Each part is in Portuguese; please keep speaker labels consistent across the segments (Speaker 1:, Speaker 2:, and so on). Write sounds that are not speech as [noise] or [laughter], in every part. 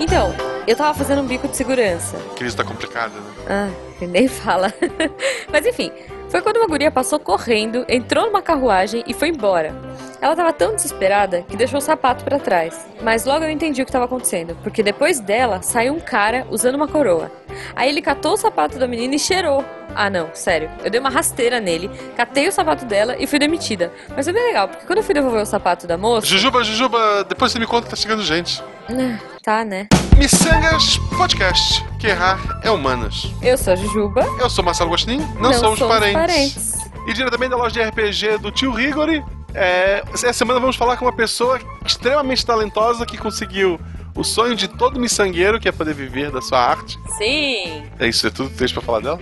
Speaker 1: Então, eu tava fazendo um bico de segurança.
Speaker 2: Crise tá complicada, né?
Speaker 1: Ah, [laughs] nem fala. [laughs] Mas enfim, foi quando uma guria passou correndo, entrou numa carruagem e foi embora. Ela tava tão desesperada que deixou o sapato pra trás. Mas logo eu entendi o que tava acontecendo, porque depois dela saiu um cara usando uma coroa. Aí ele catou o sapato da menina e cheirou. Ah, não, sério. Eu dei uma rasteira nele, catei o sapato dela e fui demitida. Mas foi bem legal, porque quando eu fui devolver o sapato da moça.
Speaker 2: Jujuba, Jujuba, depois você me conta que tá chegando gente.
Speaker 1: Ah, Tá, né?
Speaker 2: Missangas Podcast. Que errar é humanas.
Speaker 1: Eu sou a Jujuba.
Speaker 2: Eu sou Marcelo Gostin, não, somos, parentes. E diretamente da loja de RPG do tio Rigori, é, essa semana vamos falar com uma pessoa extremamente talentosa que conseguiu o sonho de todo miçangueiro, que é poder viver da sua arte.
Speaker 1: Sim.
Speaker 2: É isso, é tudo que texto pra falar dela?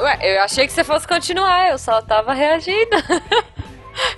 Speaker 1: Ué, eu achei que você fosse continuar, eu só tava reagindo. [laughs]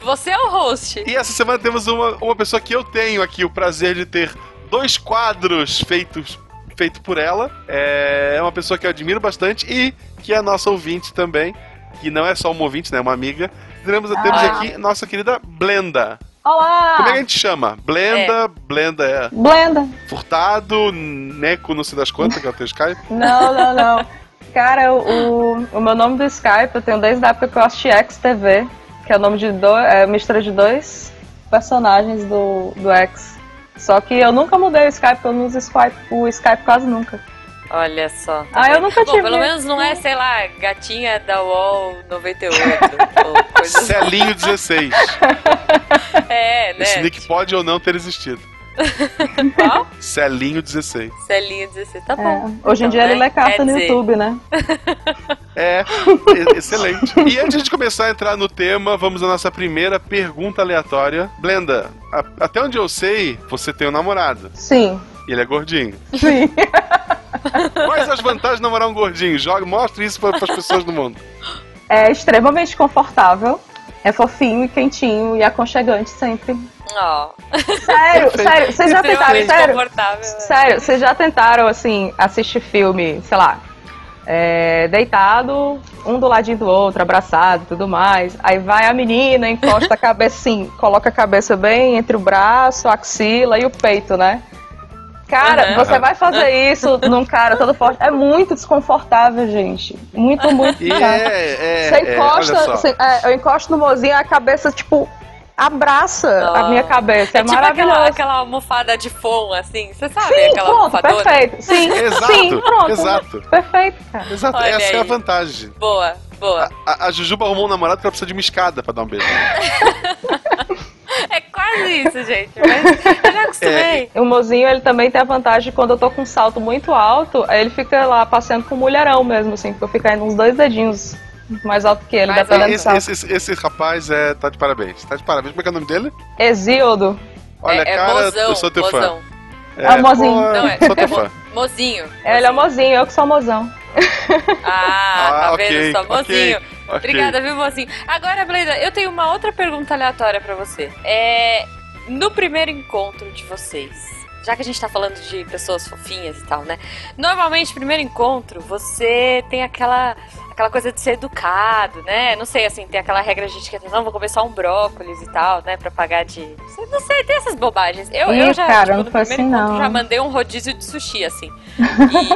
Speaker 1: Você é o host.
Speaker 2: E essa semana temos uma, uma pessoa que eu tenho aqui o prazer de ter dois quadros feitos feito por ela. É uma pessoa que eu admiro bastante e que é nossa ouvinte também. Que não é só uma ouvinte, né? É uma amiga. Temos, temos aqui nossa querida Blenda.
Speaker 3: Olá!
Speaker 2: Como é que a gente chama? Blenda, Blenda é
Speaker 3: Blenda.
Speaker 2: furtado, neco, não sei das quantas, que é o teu Skype.
Speaker 3: Não, não, não. Cara, o, o meu nome do Skype eu tenho desde a época que eu assisti X TV, que é o nome de dois, é mistura de dois personagens do, do X. Só que eu nunca mudei o Skype, eu não uso Skype, o Skype quase nunca.
Speaker 1: Olha só.
Speaker 3: Ah, eu nunca
Speaker 1: Bom,
Speaker 3: tive.
Speaker 1: pelo menos não é, sei lá, gatinha da UOL 98. ou coisa assim.
Speaker 2: Celinho 16.
Speaker 1: [laughs] É, né? Tipo,
Speaker 2: Esse nick pode ou não ter existido.
Speaker 1: Qual?
Speaker 2: Celinho 16.
Speaker 1: Celinho 16. Tá
Speaker 3: É,
Speaker 1: bom.
Speaker 3: Hoje em
Speaker 1: Então,
Speaker 3: dia ele
Speaker 1: né?
Speaker 3: é carta
Speaker 1: Quer
Speaker 3: no
Speaker 1: dizer,
Speaker 3: YouTube, né?
Speaker 2: É,
Speaker 1: [laughs]
Speaker 2: e- excelente. E antes de começar a entrar no tema, vamos à nossa primeira pergunta aleatória. Blenda, a- até onde eu sei, você tem um namorado.
Speaker 3: Sim.
Speaker 2: E ele é gordinho.
Speaker 3: Sim. [laughs]
Speaker 2: Quais as vantagens de namorar um gordinho? Joga, mostra isso para as pessoas do mundo.
Speaker 3: É extremamente confortável. É fofinho e quentinho e aconchegante sempre.
Speaker 1: Ó,
Speaker 3: Sério, sério, vocês
Speaker 2: é
Speaker 3: já tentaram,
Speaker 1: extremamente
Speaker 3: sério?
Speaker 1: confortável.
Speaker 3: Sério, vocês já tentaram, assim, assistir filme, sei lá, é, deitado, um do ladinho do outro, abraçado e tudo mais. Aí vai a menina, encosta a cabeça, assim, coloca a cabeça bem entre o braço, a axila e o peito, né? Cara,
Speaker 1: Aham.
Speaker 3: você vai fazer isso num cara todo forte. É muito desconfortável, gente. Muito, muito.
Speaker 2: E
Speaker 3: desconfortável.
Speaker 2: é, é,
Speaker 3: Você
Speaker 2: é, olha
Speaker 3: encosta,
Speaker 2: só.
Speaker 3: você- é, eu encosto no mozinho, a cabeça, tipo, abraça
Speaker 1: Ah.
Speaker 3: a minha cabeça. É,
Speaker 1: É tipo
Speaker 3: maravilhoso.
Speaker 1: aquela, aquela almofada de fom, assim. Você sabe
Speaker 3: Sim,
Speaker 1: aquela
Speaker 3: pronto,
Speaker 1: almofadona?
Speaker 3: perfeito.
Speaker 1: [laughs]
Speaker 3: Sim,
Speaker 2: Exato,
Speaker 3: sim, pronto.
Speaker 2: exato,
Speaker 3: Perfeito, cara.
Speaker 2: exato.
Speaker 1: Olha
Speaker 2: Essa é a
Speaker 1: aí.
Speaker 2: vantagem.
Speaker 1: Boa, boa.
Speaker 2: A, a- a Jujuba arrumou um namorado que ela precisa de uma escada pra dar um beijo. Ah.
Speaker 1: É quase isso, gente. Mas eu já
Speaker 2: É,
Speaker 1: acostumei.
Speaker 3: O mozinho, ele também tem a vantagem de quando eu tô com um salto muito alto, aí ele fica lá passeando com o mulherão mesmo, assim, porque eu fico indo uns dois dedinhos mais alto que ele,
Speaker 1: Mais
Speaker 3: dependendo do
Speaker 2: Esse,
Speaker 3: salto.
Speaker 2: esse- esse- esse rapaz é, tá de parabéns. Tá de parabéns. Como é que é o nome dele?
Speaker 3: Exíodo.
Speaker 2: Olha,
Speaker 1: é, é
Speaker 2: cara,
Speaker 1: mozão,
Speaker 2: eu sou teu fã.
Speaker 1: mozão.
Speaker 3: É o mozinho.
Speaker 2: pô,
Speaker 1: Não, é-
Speaker 2: Sou teu
Speaker 1: é
Speaker 2: fã.
Speaker 1: Mozinho.
Speaker 3: Ele é mozinho, eu que sou mozão.
Speaker 1: Ah,
Speaker 2: Ah,
Speaker 1: tá
Speaker 2: ok,
Speaker 1: vendo só,
Speaker 2: ok,
Speaker 1: mozinho.
Speaker 2: ok.
Speaker 1: Obrigada, viu, mozinho? Agora, Bleda, eu tenho uma outra pergunta aleatória pra você. É. No primeiro encontro de vocês, já que a gente tá falando de pessoas fofinhas e tal, né? Normalmente, primeiro encontro, você tem aquela. Aquela coisa de ser educado, né? Não sei, assim, tem aquela regra de etiqueta, não, vou começar um brócolis e tal, né? Pra pagar de. Não sei, tem essas bobagens. Eu, eu
Speaker 3: Ih,
Speaker 1: já.
Speaker 3: cara,
Speaker 1: tipo,
Speaker 3: não
Speaker 1: no
Speaker 3: foi
Speaker 1: primeiro
Speaker 3: assim,
Speaker 1: encontro,
Speaker 3: não.
Speaker 1: Já mandei um rodízio de sushi,
Speaker 3: [laughs]
Speaker 1: assim.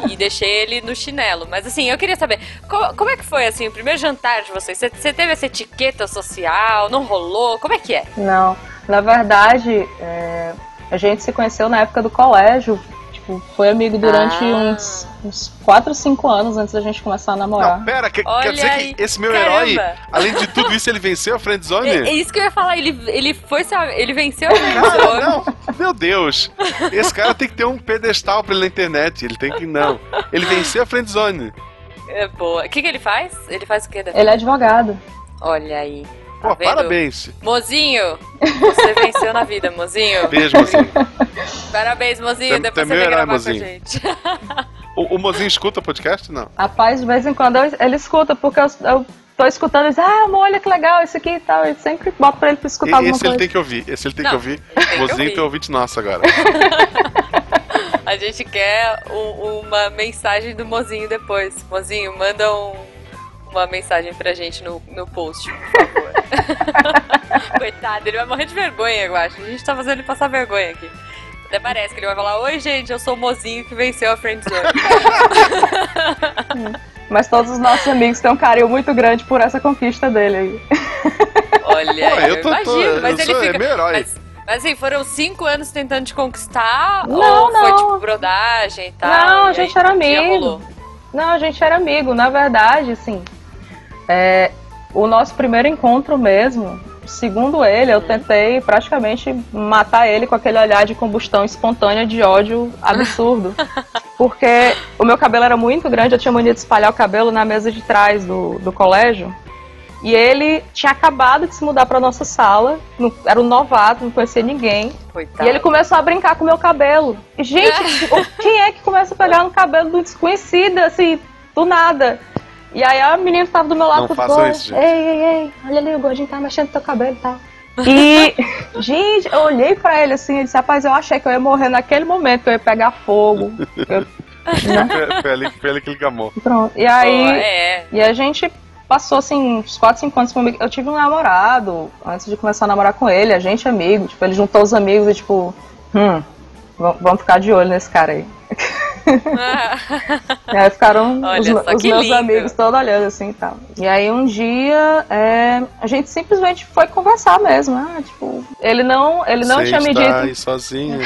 Speaker 1: E, e deixei ele no chinelo. Mas assim, eu queria saber, co- como, é que foi assim, o primeiro jantar de vocês? Você- Você teve essa etiqueta social? Não rolou? Como é que é?
Speaker 3: Não, na verdade, é, a gente se conheceu na época do colégio. Tipo, foi amigo durante
Speaker 1: Ah.
Speaker 3: uns, uns 4, 5 anos antes da gente começar a namorar.
Speaker 2: Não, pera, que- quer
Speaker 1: Olha
Speaker 2: dizer
Speaker 1: aí,
Speaker 2: que esse meu herói,
Speaker 1: Caramba!
Speaker 2: além de tudo isso, ele venceu a friendzone?
Speaker 1: É, é isso que eu ia falar, ele, ele foi, sabe, ele venceu o
Speaker 2: Cara,
Speaker 1: professor.
Speaker 2: [laughs] não, meu Deus. Esse cara tem que ter um pedestal pra ele na internet. Ele tem que. Não. Ele venceu a friendzone.
Speaker 1: É boa. O que, que ele faz? Ele faz o quê? Da...
Speaker 3: Ele é advogado.
Speaker 1: Olha aí. Tá
Speaker 2: Pô,
Speaker 1: vendo?
Speaker 2: parabéns.
Speaker 1: Mozinho, você venceu na vida, mozinho.
Speaker 2: Beijo, mozinho.
Speaker 1: Parabéns, mozinho.
Speaker 2: Tem- tem
Speaker 1: Depois você
Speaker 2: meu
Speaker 1: vem
Speaker 2: herói,
Speaker 1: gravar
Speaker 2: mozinho.
Speaker 1: com a gente. [laughs]
Speaker 2: O, o mozinho escuta o podcast? Não.
Speaker 3: Rapaz, de vez em quando eu- ele escuta, porque eu, eu tô escutando e diz, ah, amor, olha que legal esse aqui e tal. Eu sempre boto pra ele pra
Speaker 2: E-
Speaker 3: escutar alguma
Speaker 2: esse ele
Speaker 3: coisa.
Speaker 2: tem que ouvir. Esse ele tem
Speaker 1: Não,
Speaker 2: que ouvir.
Speaker 1: tem que
Speaker 2: Mozinho
Speaker 1: ouvir.
Speaker 2: tem ouvinte nosso agora.
Speaker 1: A gente quer um- uma mensagem do Mozinho depois. Mozinho, manda um- uma mensagem pra gente no, no post, por favor. [laughs] Coitado, ele vai morrer de vergonha, eu acho. A gente tá fazendo ele passar vergonha aqui. Até parece que ele vai falar: Oi, gente, eu sou o mozinho que venceu a Friendzone.
Speaker 3: Mas todos os nossos amigos têm um carinho muito grande por essa conquista dele aí.
Speaker 1: Olha,
Speaker 2: Pô, eu tô-
Speaker 1: É, imagino,
Speaker 2: tô-
Speaker 1: mas
Speaker 2: eu
Speaker 1: ele
Speaker 2: sou- é
Speaker 1: fica.
Speaker 2: meu herói.
Speaker 1: Mas, mas assim, foram cinco anos tentando te conquistar?
Speaker 3: Não,
Speaker 1: ou foi
Speaker 3: não.
Speaker 1: tipo brodagem e tal?
Speaker 3: Não,
Speaker 1: e
Speaker 3: a gente
Speaker 1: aí,
Speaker 3: era
Speaker 1: um dia
Speaker 3: amigo.
Speaker 1: rolou?
Speaker 3: Não, a gente era amigo. Na verdade, assim, é, o nosso primeiro encontro mesmo, segundo ele, eu tentei praticamente matar ele com aquele olhar de combustão espontânea de ódio absurdo. porque o meu cabelo era muito grande, eu tinha mania de espalhar o cabelo na mesa de trás do, do colégio. E ele tinha acabado de se mudar pra nossa sala, não- era um novato, não conhecia ninguém.
Speaker 1: Coitado.
Speaker 3: E ele começou a brincar com o meu cabelo. E, Gente, o- quem é que começa a pegar no cabelo do desconhecido, assim, do nada? E aí a menina que tava do meu
Speaker 2: Não
Speaker 3: lado
Speaker 2: façam
Speaker 3: falou,
Speaker 2: isso, gente.
Speaker 3: ei, ei, ei, olha ali, o gordinho tá mexendo no teu cabelo e tal. E, [laughs] gente, eu olhei pra ele assim, ele disse, rapaz, eu achei que eu ia morrer naquele momento, que eu ia pegar
Speaker 2: [laughs]
Speaker 3: fogo.
Speaker 2: Foi- Foi ali, foi ali que ele gamou.
Speaker 3: E pronto. E
Speaker 1: Pô,
Speaker 3: aí,
Speaker 1: é. [laughs]
Speaker 3: e a gente passou assim uns 4, 5 anos comigo. Eu tive um namorado antes de começar a namorar com ele, a gente é amigo, tipo, ele juntou os amigos e tipo, hum, va- vamos ficar de olho nesse cara aí. E
Speaker 1: [laughs]
Speaker 3: aí ficaram
Speaker 1: Olha
Speaker 3: os,
Speaker 1: só
Speaker 3: os
Speaker 1: que
Speaker 3: meus
Speaker 1: lindo.
Speaker 3: amigos todos olhando assim e tal. E aí um dia é, a gente simplesmente foi conversar mesmo. Ah, tipo, ele não, ele não
Speaker 2: Você
Speaker 3: tinha me
Speaker 2: está
Speaker 3: dito.
Speaker 2: aí sozinho.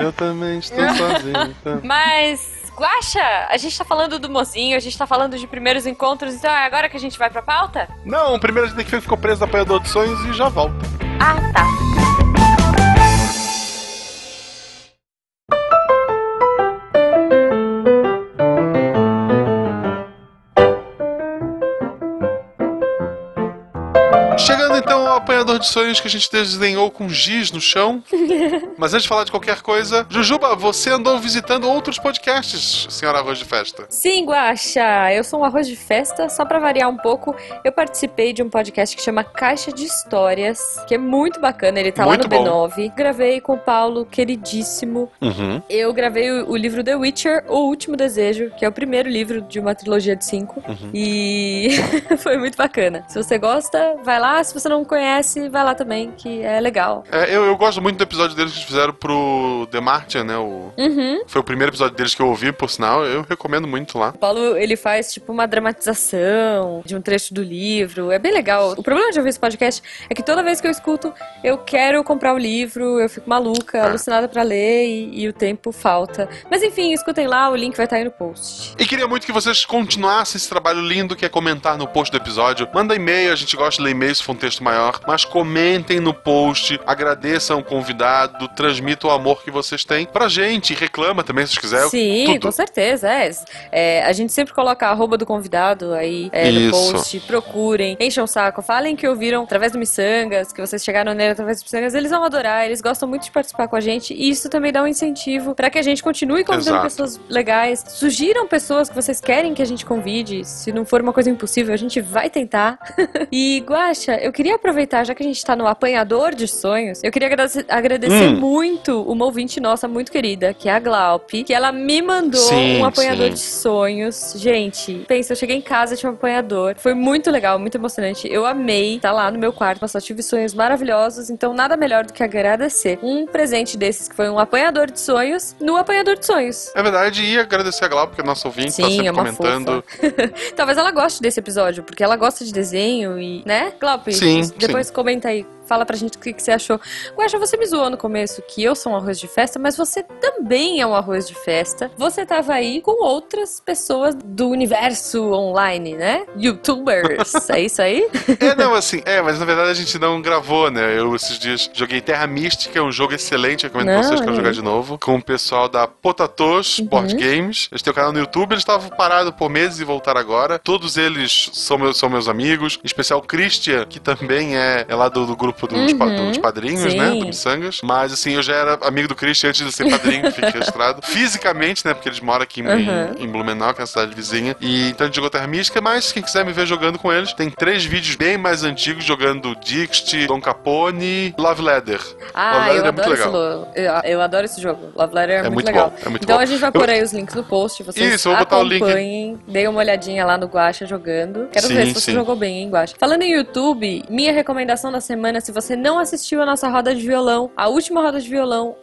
Speaker 2: Eu também
Speaker 3: [laughs]
Speaker 2: estou sozinho. tá?
Speaker 1: Mas, Guaxa, a gente tá falando do mozinho, a gente tá falando de primeiros encontros, então é agora que a gente vai pra pauta?
Speaker 2: Não, primeiro a gente tem que ver que ficou preso no apanhador de sonhos e já volta.
Speaker 1: Ah, tá.
Speaker 2: Chegando então ao apanhador de sonhos que a gente desenhou com giz
Speaker 1: [laughs]
Speaker 2: no chão. Mas antes de falar de qualquer coisa, Jujuba, você andou visitando outros podcasts, senhora Arroz de Festa.
Speaker 1: Sim, Guaxa, eu sou um arroz de festa. Só pra variar um pouco, eu participei de um podcast que chama Caixa de Histórias, que é muito bacana, ele tá
Speaker 2: Muito
Speaker 1: lá
Speaker 2: bom.
Speaker 1: no B9. Gravei com o Paulo, queridíssimo.
Speaker 2: Uhum.
Speaker 1: Eu gravei o, o livro The Witcher, O Último Desejo, que é o primeiro livro de uma trilogia de cinco.
Speaker 2: Uhum.
Speaker 1: E [laughs] foi muito bacana. Se você gosta, vai lá. Se você não conhece, vai lá também, que é legal.
Speaker 2: É, eu, eu gosto muito do episódio deles que eles fizeram pro The Martian, né? O...
Speaker 1: Uhum.
Speaker 2: Foi o primeiro episódio deles que eu ouvi, por sinal, eu recomendo muito lá.
Speaker 1: O Paulo, ele faz tipo uma dramatização de um trecho do livro. É bem legal. O problema de ouvir esse podcast é que toda vez que eu escuto, eu quero comprar o livro, eu fico maluca, alucinada pra ler e, e o tempo falta. Mas enfim, escutem lá, o link vai estar aí no post.
Speaker 2: E queria muito que vocês continuassem esse trabalho lindo que é comentar no post do episódio. Manda e-mail, a gente gosta de ler e-mail se for um texto maior, mas comentem no post, agradeçam o convidado, transmitam o amor que vocês têm pra gente, reclama também se vocês quiserem.
Speaker 1: Sim,
Speaker 2: tudo.
Speaker 1: com certeza. É. É, a gente sempre coloca a arroba do convidado aí é, no
Speaker 2: Isso.
Speaker 1: post. Procurem, enchem o saco, falem que ouviram através do Missangas, que vocês chegaram nele através do Missangas. Eles vão adorar, eles gostam muito de participar com a gente. E isso também dá um incentivo pra que a gente continue convidando
Speaker 2: Exato.
Speaker 1: pessoas legais. Sugiram pessoas que vocês querem que a gente convide. Se não for uma coisa impossível, a gente vai tentar. E, Guaxa, eu queria aproveitar, já que a gente tá no apanhador de sonhos, eu queria agradece- agradecer
Speaker 2: Hum.
Speaker 1: muito uma ouvinte nossa muito querida, que é a Glaupe, que ela me mandou
Speaker 2: Sim,
Speaker 1: um apanhador
Speaker 2: sim.
Speaker 1: de sonhos. Gente, pensa, eu cheguei em casa, tinha um apanhador. Foi muito legal, muito emocionante. Eu amei tá lá no meu quarto, mas só tive sonhos maravilhosos, então nada melhor do que agradecer. Um presente desses, que foi um apanhador de sonhos, no apanhador de sonhos.
Speaker 2: É verdade, e agradecer a Glauco, que é nosso ouvinte, tá
Speaker 1: Sim,
Speaker 2: sempre
Speaker 1: é uma
Speaker 2: comentando.
Speaker 1: Talvez ela goste desse episódio, porque ela gosta de desenho e, né? Glaupe,
Speaker 2: Sim,
Speaker 1: depois comenta aí, fala pra gente o que, que você achou. Guaxa, você me zoou no começo que eu sou um arroz de festa, mas você também é um arroz de festa. Você tava aí com outras pessoas do universo online, né?
Speaker 2: [laughs]
Speaker 1: Youtubers, é isso aí?
Speaker 2: É, não, assim, é, mas na verdade a gente não gravou, né? Eu esses dias joguei Terra Mística, é um jogo excelente, eu recomendo pra
Speaker 1: Não,
Speaker 2: vocês
Speaker 1: olha
Speaker 2: que vão jogar
Speaker 1: aí.
Speaker 2: de novo, com o pessoal da Potatos
Speaker 1: Uhum.
Speaker 2: Board Games. Eles têm o canal no YouTube, eles estavam parados por meses e voltaram agora. Todos eles são meus, são meus amigos, em especial o Christian, que também é, é lá do, do grupo dos, pa-
Speaker 1: Uhum.
Speaker 2: dos padrinhos, né?
Speaker 1: Sim.
Speaker 2: Do Missangas. Mas assim, eu já era amigo do Christian antes de ser padrinho, fica registrado.
Speaker 1: [laughs]
Speaker 2: Fisicamente, né? Porque eles moram aqui em,
Speaker 1: Uhum.
Speaker 2: em Blumenau, que é a cidade vizinha. E então a gente jogou Terra Mística, mas quem quiser me ver jogando com eles, tem três vídeos bem mais antigos jogando Dixit, Don Capone, Love Leather.
Speaker 1: Ah,
Speaker 2: Love Letter
Speaker 1: eu
Speaker 2: é muito
Speaker 1: adoro, esse,
Speaker 2: legal.
Speaker 1: lo- eu, eu adoro esse jogo. Love Letter é,
Speaker 2: É,
Speaker 1: muito,
Speaker 2: muito,
Speaker 1: legal.
Speaker 2: bom, é muito
Speaker 1: então
Speaker 2: bom.
Speaker 1: a gente vai pôr aí os links no post, vocês
Speaker 2: Isso, eu vou botar o link.
Speaker 1: acompanhem, deem uma olhadinha lá no Guacha jogando. Quero
Speaker 2: Sim,
Speaker 1: ver se você
Speaker 2: sim.
Speaker 1: jogou bem, hein, Guacha. Falando em YouTube, me minha recomendação da semana, se você não assistiu a nossa roda de violão, a última roda de violão,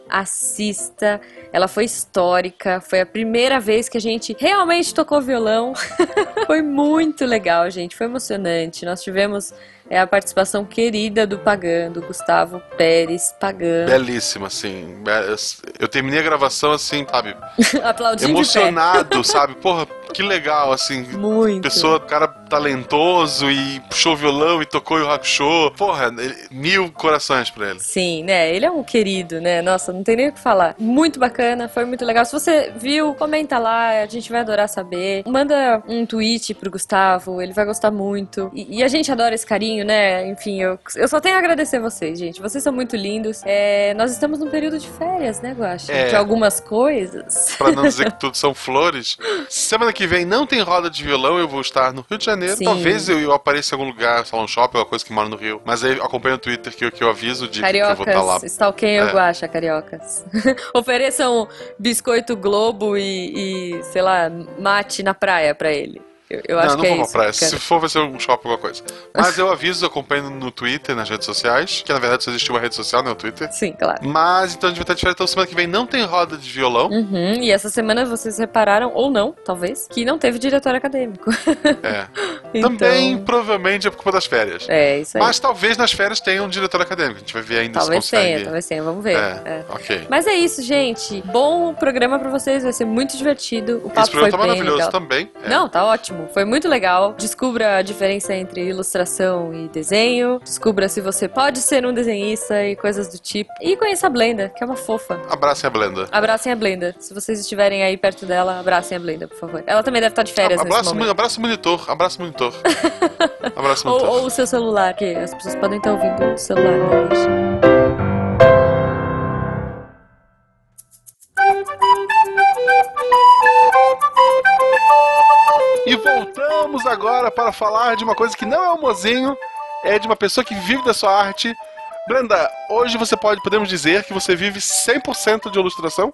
Speaker 1: assista. Ela foi histórica, foi a primeira vez que a gente realmente tocou violão. [laughs] foi muito legal, gente, foi emocionante. Nós tivemos é, a participação querida do Pagan, do Gustavo Pérez Pagan.
Speaker 2: Belíssima, assim. be- Eu terminei a gravação, assim, sabe?
Speaker 1: [laughs] Aplaudindo de pé. [laughs]
Speaker 2: Emocionado, sabe? Porra, que legal, assim.
Speaker 1: é. Muito.
Speaker 2: Pessoa, cara talentoso e puxou violão e tocou e rapchou. Porra, ele- mil corações pra ele.
Speaker 1: Sim, né? Ele é um querido, né? Nossa, não tem nem o que falar. Muito bacana, foi muito legal. Se você viu, comenta lá, a gente vai adorar saber. Manda um tweet pro Gustavo, ele vai gostar muito. E, e a gente adora esse carinho, né? Enfim, eu, eu só tenho a agradecer vocês, gente. Vocês são muito lindos. É, nós estamos num período de férias, né, Guaxa?
Speaker 2: É.
Speaker 1: De algumas coisas.
Speaker 2: Pra não dizer que tudo são flores. Semana que vem não tem roda de violão, eu vou estar no Rio de Janeiro.
Speaker 1: Sim.
Speaker 2: Talvez eu, eu apareça em algum lugar, salão shopping, alguma coisa que mora no Rio. Mas aí acompanha o Twitter que eu, que eu aviso de que eu vou estar lá.
Speaker 1: Cariocas, stalkeiem
Speaker 2: É.
Speaker 1: o Guaxa, cariocas. [laughs] Ofereçam biscoito Globo e, e, sei lá, mate na praia pra ele. Eu, eu acho
Speaker 2: não,
Speaker 1: que
Speaker 2: não
Speaker 1: é
Speaker 2: vou
Speaker 1: isso.
Speaker 2: pra praia.
Speaker 1: cara.
Speaker 2: Se for, vai ser um shopping, alguma coisa. Mas eu aviso, acompanho no Twitter, nas redes sociais. Que na verdade só existe uma rede social, né? O Twitter.
Speaker 1: Sim, claro.
Speaker 2: Mas então a gente vai estar de férias. Então semana que vem não tem roda
Speaker 1: [laughs]
Speaker 2: de violão.
Speaker 1: Uhum, e essa semana vocês repararam, ou não, talvez, que não teve diretor acadêmico. [laughs]
Speaker 2: É.
Speaker 1: Então,
Speaker 2: Também provavelmente é por culpa das férias.
Speaker 1: É, isso aí.
Speaker 2: Mas talvez nas férias tenha um diretor acadêmico. A gente vai ver ainda
Speaker 1: talvez
Speaker 2: se consegue.
Speaker 1: tenha, talvez tenha, vamos ver.
Speaker 2: É.
Speaker 1: É.
Speaker 2: Ok.
Speaker 1: Mas é isso, gente. Bom programa pra vocês, vai ser muito divertido. O papo
Speaker 2: Esse
Speaker 1: foi
Speaker 2: programa
Speaker 1: bem
Speaker 2: tá maravilhoso
Speaker 1: legal.
Speaker 2: também. É.
Speaker 1: Não, tá ótimo. Foi muito legal. Descubra a diferença entre ilustração e desenho. Descubra se você pode ser um desenhista e coisas do tipo. E conheça a Blenda, que é uma fofa.
Speaker 2: Abracem a Blenda.
Speaker 1: Abracem a Blenda. Se vocês estiverem aí perto dela, abracem a Blenda, por favor. Ela também deve estar de férias nesse
Speaker 2: Abraça,
Speaker 1: momento.
Speaker 2: o- abraça o monitor, abraça
Speaker 1: [laughs]
Speaker 2: o monitor. abraça o
Speaker 1: Ou,
Speaker 2: monitor.
Speaker 1: ou o seu celular, que as pessoas podem estar ouvindo o celular. né, gente?
Speaker 2: E voltamos agora para falar de uma coisa que não é um mozinho, é de uma pessoa que vive da sua arte. Brenda, hoje você pode, podemos dizer que você vive 100% de ilustração?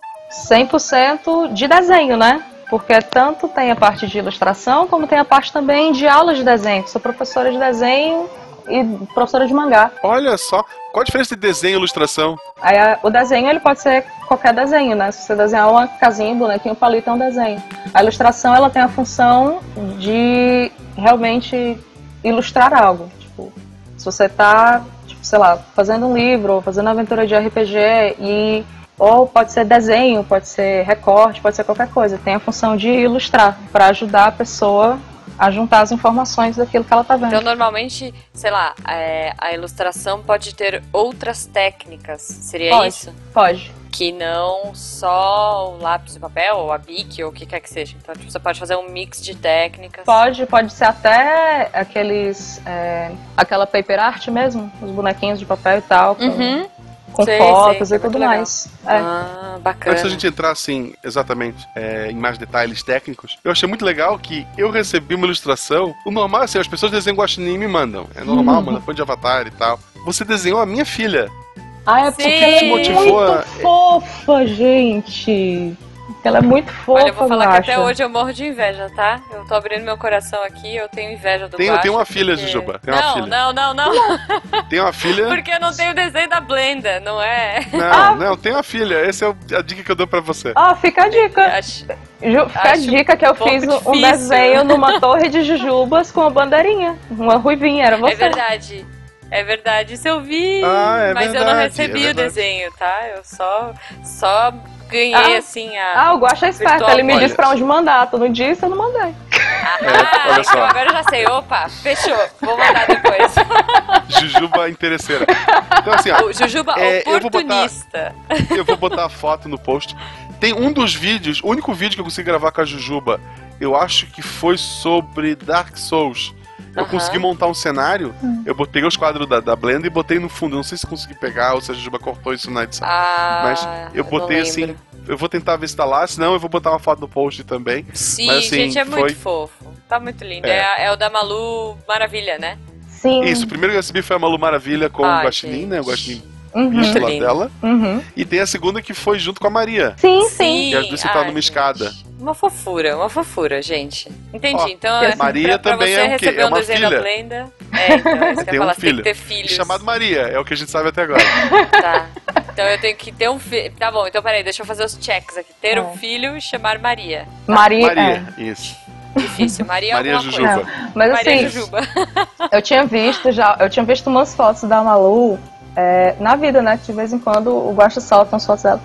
Speaker 3: 100% de desenho, né? Porque tanto tem a parte de ilustração, como tem a parte também de aulas de desenho. que Sou professora de desenho e professora de mangá.
Speaker 2: Olha só, qual a diferença de desenho e ilustração?
Speaker 3: Aí a- o desenho ele pode ser qualquer desenho, né? Se você desenhar uma casinha, um bonequinho, um palito é um desenho. A ilustração ela tem a função de realmente ilustrar algo. Tipo, se você tá, tipo, sei lá, fazendo um livro, ou fazendo uma aventura de RPG e ou pode ser desenho, pode ser recorte, pode ser qualquer coisa. Tem a função de ilustrar para ajudar a pessoa a juntar as informações daquilo que ela tá vendo.
Speaker 1: Então, normalmente, sei lá, é, a ilustração pode ter outras técnicas. Seria
Speaker 3: Pode.
Speaker 1: isso?
Speaker 3: Pode.
Speaker 1: que não só o lápis e papel, ou a bique, ou o que quer que seja. Então, tipo, você pode fazer um mix de técnicas.
Speaker 3: Pode, pode ser até aqueles. é, aquela paper art mesmo, os bonequinhos de papel e tal, com,
Speaker 1: Uhum.
Speaker 3: com
Speaker 1: Sei,
Speaker 3: fotos
Speaker 1: sei,
Speaker 3: e tudo
Speaker 1: muito legal.
Speaker 3: mais. É.
Speaker 1: Ah,
Speaker 2: Antes da
Speaker 1: bacana.
Speaker 2: gente entrar assim, exatamente, é, em mais detalhes técnicos, eu achei muito legal que eu recebi uma ilustração. O normal é assim, as pessoas desenham guaxinim e me mandam. É
Speaker 1: Uhum.
Speaker 2: normal, manda fã de avatar e tal. Você desenhou a minha filha.
Speaker 3: Ah, é porque ela é
Speaker 1: Sim.
Speaker 3: muito
Speaker 2: Motivou a-
Speaker 3: fofa, gente. Ela é muito fofa,
Speaker 1: Olha, eu vou falar que até
Speaker 3: acho.
Speaker 1: hoje eu morro de inveja, tá? Eu tô abrindo meu coração aqui, eu tenho inveja do
Speaker 2: Tem,
Speaker 1: Guaxa,
Speaker 2: tem uma filha,
Speaker 1: porque-
Speaker 2: Jujuba. Tem uma
Speaker 1: é. Não,
Speaker 2: filha. É.
Speaker 1: não, não, não.
Speaker 2: Tem uma
Speaker 1: [laughs]
Speaker 2: filha.
Speaker 1: Porque eu não tenho o desenho da Blenda, não é?
Speaker 3: [laughs]
Speaker 2: Não,
Speaker 3: Ah.
Speaker 2: não, tem uma filha. Essa é o- a dica que eu dou pra você.
Speaker 3: Ah, fica a dica.
Speaker 1: Acho- é
Speaker 3: Ju- Fica a
Speaker 1: acho
Speaker 3: dica que eu
Speaker 1: pouco
Speaker 3: fiz um- um
Speaker 1: difícil. [laughs]
Speaker 3: desenho numa torre de jujubas com uma bandeirinha. Uma ruivinha, era você.
Speaker 1: É verdade. É verdade, isso eu vi.
Speaker 2: Ah, é
Speaker 1: mas eu não
Speaker 2: verdade,
Speaker 1: recebi
Speaker 2: é
Speaker 1: o
Speaker 2: verdade.
Speaker 1: desenho, tá? Eu só, só ganhei,
Speaker 3: Ah.
Speaker 1: assim, a,
Speaker 3: Ah, o Guaxa é esperto,
Speaker 1: Virtual
Speaker 3: ele me
Speaker 2: Olha.
Speaker 3: disse pra onde mandar. Tu não disse, eu não mandei.
Speaker 1: Ah,
Speaker 2: É, olha só.
Speaker 1: então agora eu já sei. Opa, fechou. Vou mandar
Speaker 2: [laughs]
Speaker 1: depois.
Speaker 2: Jujuba interesseira. Então, assim, ó,
Speaker 1: O Jujuba
Speaker 2: É, eu vou botar-
Speaker 1: oportunista.
Speaker 2: eu vou botar a foto no post. Tem um dos vídeos, o único vídeo que eu consegui gravar com a Jujuba, eu acho que foi sobre Dark Souls. Eu
Speaker 1: Aham. Hum.
Speaker 2: consegui montar um cenário, eu bot- peguei os quadros da, da Blender e botei no fundo. Eu não sei se consegui pegar ou se a Jujuba cortou isso na edição.
Speaker 1: Ah,
Speaker 2: Mas eu
Speaker 1: não
Speaker 2: botei
Speaker 1: lembro.
Speaker 2: assim. Eu vou tentar ver se tá lá, senão eu vou botar uma foto no post também.
Speaker 1: Sim,
Speaker 2: mas, assim,
Speaker 1: gente, é
Speaker 2: foi-
Speaker 1: muito fofo. Tá muito lindo.
Speaker 2: É.
Speaker 1: É. a- é o da Malu Maravilha, né?
Speaker 3: Sim.
Speaker 2: Isso, o primeiro que eu recebi foi a Malu Maravilha com o
Speaker 1: Ai,
Speaker 2: Guaxinim,
Speaker 1: gente.
Speaker 2: né? O Guaxinim
Speaker 3: Uhum,
Speaker 1: Muito
Speaker 2: lá
Speaker 1: lindo.
Speaker 2: dela.
Speaker 3: uhum.
Speaker 2: E tem a segunda que foi junto com a Maria.
Speaker 3: Sim, sim.
Speaker 2: E as duas sentadas
Speaker 1: ai,
Speaker 2: numa escada.
Speaker 1: gente. Uma fofura, uma fofura, gente. Entendi.
Speaker 2: Ó,
Speaker 1: então,
Speaker 3: e a
Speaker 1: assim, pra,
Speaker 2: Maria
Speaker 1: pra
Speaker 2: também
Speaker 1: você
Speaker 2: é o quê?
Speaker 1: receber
Speaker 2: É
Speaker 1: um
Speaker 2: uma
Speaker 1: desenho
Speaker 2: filha.
Speaker 1: da Blenda. É, então, é isso que eu
Speaker 2: Tem
Speaker 1: ia
Speaker 2: um
Speaker 1: falar. Tem que
Speaker 2: filho.
Speaker 1: ter filhos.
Speaker 2: Chamado Maria, é o que a gente sabe até agora.
Speaker 1: Tá. Então eu tenho que ter um filho. Tá bom, então peraí, deixa eu fazer os checks aqui. Ter um
Speaker 3: É.
Speaker 1: filho e chamar Maria.
Speaker 3: Maria. é.
Speaker 2: Maria, isso.
Speaker 1: Difícil. Maria é
Speaker 2: Maria
Speaker 1: alguma
Speaker 2: Jujuba.
Speaker 1: coisa.
Speaker 3: Mas
Speaker 1: Maria
Speaker 3: assim,
Speaker 1: Jujuba.
Speaker 3: eu tinha visto já, eu tinha visto umas fotos da Malu é, na vida, né? De vez em quando o Guaxa solta umas fotos dela.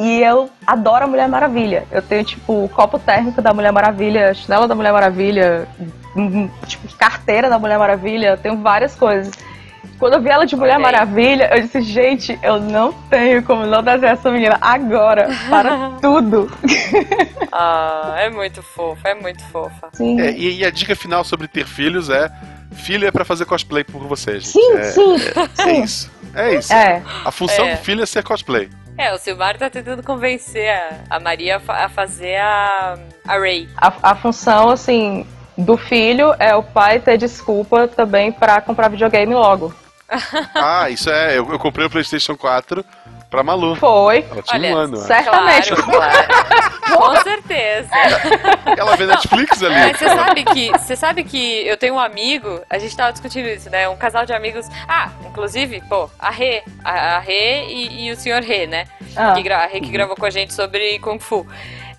Speaker 3: E eu adoro a Mulher Maravilha. Eu tenho, tipo, o copo térmico da Mulher Maravilha, a chinela da Mulher Maravilha, hum, tipo, carteira da Mulher Maravilha, eu tenho várias coisas. Quando eu vi ela de Mulher
Speaker 1: Ok.
Speaker 3: Maravilha, eu disse, gente, eu não tenho como não desenhar essa menina agora, para tudo.
Speaker 1: [laughs]
Speaker 2: É,
Speaker 1: Ah, é muito fofa, é muito fofa.
Speaker 3: Sim,
Speaker 2: É, e, e a dica final sobre ter filhos é: filho é pra fazer cosplay por vocês.
Speaker 3: sim,
Speaker 2: é,
Speaker 3: sim,
Speaker 2: é
Speaker 3: sim.
Speaker 2: isso. É isso.
Speaker 3: É,
Speaker 2: A função
Speaker 1: É.
Speaker 2: do filho é ser cosplay.
Speaker 1: É, o Silmar tá tentando convencer a, a Maria a fa- a fazer a, a Ray.
Speaker 3: a, a função, assim, do filho é o pai ter desculpa também pra comprar videogame logo.
Speaker 2: Ah, isso é. Eu, eu comprei o PlayStation 4 pra Malu.
Speaker 3: Foi,
Speaker 2: Ela tinha
Speaker 1: Olha,
Speaker 2: um ano. né?
Speaker 3: certamente.
Speaker 1: Claro, [laughs] claro. Com certeza.
Speaker 2: Ela vê Netflix ali.
Speaker 1: [laughs] Mas você sabe que você sabe que eu tenho um amigo, a gente tava discutindo isso, né? Um casal de amigos. Ah, inclusive, pô, a Rê. A, a Rê e, e o senhor Rê, né?
Speaker 3: Ah,
Speaker 1: que gra- a Rê que gravou com a gente sobre Kung Fu.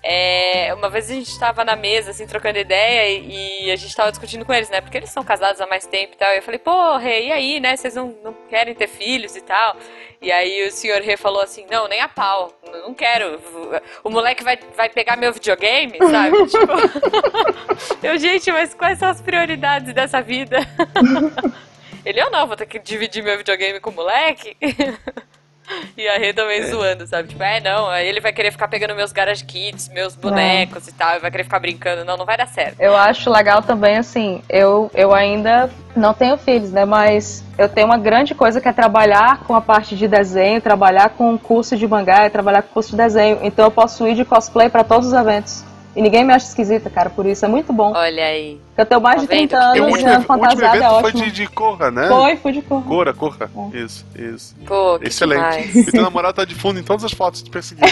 Speaker 1: É, uma vez a gente tava na mesa, assim, trocando ideia, e, e a gente tava discutindo com eles, né? Porque eles são casados há mais tempo e tal. E eu falei, pô, Rê, e aí, né? Vocês não, não querem ter filhos e tal. E aí o senhor Rê falou assim, não, nem a pau, n- não quero. O moleque vai, vai pegar meu videogame, sabe? tipo, eu, gente, mas quais são as prioridades dessa vida? Ele, eu não, vou ter que dividir meu videogame com o moleque. E a Rê também zoando, sabe? Tipo, é, não, aí ele vai querer ficar pegando meus garage kits, meus bonecos e tal, e vai querer ficar brincando. Não, não vai dar certo.
Speaker 3: eu acho legal também, assim, eu, eu ainda não tenho filhos, né? Mas eu tenho uma grande coisa que é trabalhar com a parte de desenho, trabalhar com o curso de mangá, e trabalhar com o curso de desenho. Então eu posso ir de cosplay pra todos os eventos. E ninguém me acha esquisita, cara, por isso é muito bom.
Speaker 1: Olha aí.
Speaker 3: Eu tenho mais
Speaker 1: Tá
Speaker 3: de 30
Speaker 1: vendo?
Speaker 2: E o último,
Speaker 3: anos e
Speaker 2: ev- o último
Speaker 3: fantasiada é
Speaker 2: evento foi
Speaker 3: ótimo.
Speaker 2: de, de Corra, né?
Speaker 3: Foi, fui de cor.
Speaker 2: Cora, Corra. Isso, isso.
Speaker 1: Pô, que
Speaker 2: Excelente.
Speaker 1: demais.
Speaker 2: E teu namorado tá de fundo em todas as fotos te perseguindo.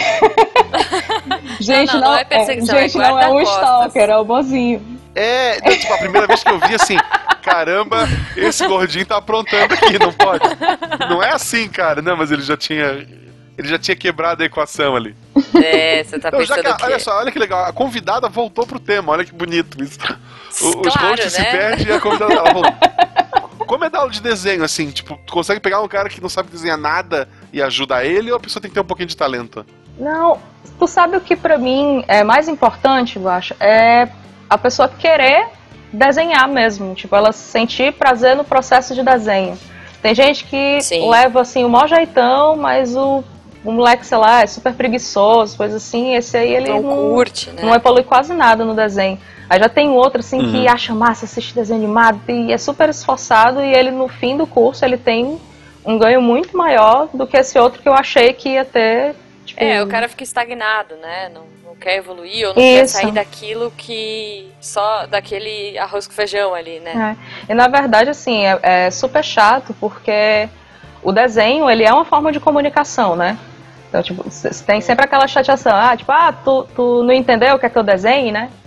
Speaker 3: Gente,
Speaker 1: Não,
Speaker 3: não,
Speaker 1: não, não é perseguição,
Speaker 3: gente,
Speaker 1: é
Speaker 3: não é um
Speaker 1: guarda-costas.
Speaker 3: stalker, é o bonzinho.
Speaker 2: É, então, tipo, a primeira vez que eu vi assim, caramba, esse gordinho tá aprontando aqui, não pode. Não é assim, cara. Não, mas ele já tinha. Ele já tinha quebrado a equação ali.
Speaker 1: É, você tá
Speaker 2: Então, já
Speaker 1: pensando
Speaker 2: que a-
Speaker 1: que...
Speaker 2: olha só, olha que legal. A convidada voltou pro tema, olha que bonito isso. O- os
Speaker 1: Claro,
Speaker 2: hosts se
Speaker 1: né?
Speaker 2: perdem e a convidada ela voltou. Como é dar aula de desenho, assim? Tipo, tu consegue pegar um cara que não sabe desenhar nada e ajudar ele, ou a pessoa tem que ter um pouquinho de talento?
Speaker 3: Não, tu sabe o que pra mim é mais importante, eu acho, é a pessoa querer desenhar mesmo, tipo, ela sentir prazer no processo de desenho. Tem gente que
Speaker 1: Sim.
Speaker 3: leva assim o maior jeitão, mas o, o moleque, sei lá, é super preguiçoso, coisa assim, esse aí ele
Speaker 2: então
Speaker 1: Não curte, né?
Speaker 3: não evolui quase nada no desenho. Aí já tem outro assim
Speaker 2: Uhum.
Speaker 3: que acha massa, assiste desenho animado e é super esforçado e ele no fim do curso ele tem um ganho muito maior do que esse outro que eu achei que ia ter. Tipo,
Speaker 1: É, o cara fica estagnado, né? Não, não quer evoluir ou não quer
Speaker 3: Isso.
Speaker 1: sair daquilo que... Só daquele arroz com feijão ali, né?
Speaker 3: E na verdade, assim, é, é super chato porque o desenho, ele é uma forma de comunicação, né? Então, tipo, c- c- tem sempre aquela chateação, ah, tipo, ah, tu, tu não entendeu o que é que eu desenho, né?
Speaker 1: [laughs]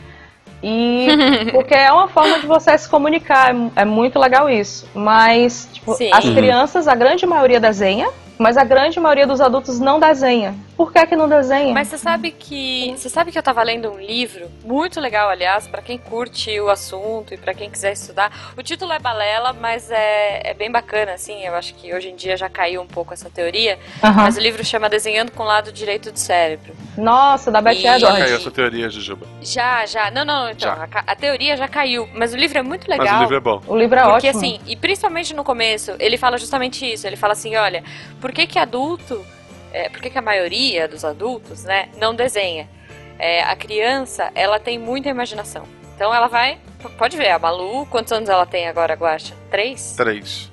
Speaker 3: E porque é uma forma de você se comunicar, é mu- é muito legal isso. Mas, tipo,
Speaker 1: Sim.
Speaker 3: as
Speaker 2: Uhum.
Speaker 3: crianças, a grande maioria desenha, mas a grande maioria dos adultos não desenha. Por que que não desenha?
Speaker 1: Mas você sabe que você sabe que eu tava lendo um livro muito legal, aliás, pra quem curte o assunto e pra quem quiser estudar. O título é Balela, mas é, é bem bacana, assim. Eu acho que hoje em dia já caiu um pouco essa teoria.
Speaker 3: Aham.
Speaker 1: Mas o livro chama Desenhando com o Lado Direito do Cérebro.
Speaker 3: Nossa, da
Speaker 1: E-
Speaker 3: Betty
Speaker 2: Já
Speaker 1: Ai.
Speaker 3: Edwards.
Speaker 2: caiu essa teoria, Jujuba.
Speaker 1: Já, já. Não, não. Então
Speaker 2: Já.
Speaker 1: a, ca- a teoria já caiu, mas o livro é muito legal.
Speaker 2: Mas o livro é bom.
Speaker 3: O livro é
Speaker 1: Porque
Speaker 3: ótimo.
Speaker 1: assim, e principalmente no começo, ele fala justamente isso. Ele fala assim, olha, por que que adulto, é, por que que a maioria dos adultos, né, não desenha? É, a criança, ela tem muita imaginação. Então ela vai, p- pode ver, a Malu, quantos anos ela tem agora, Guaxa? Três?
Speaker 2: Três.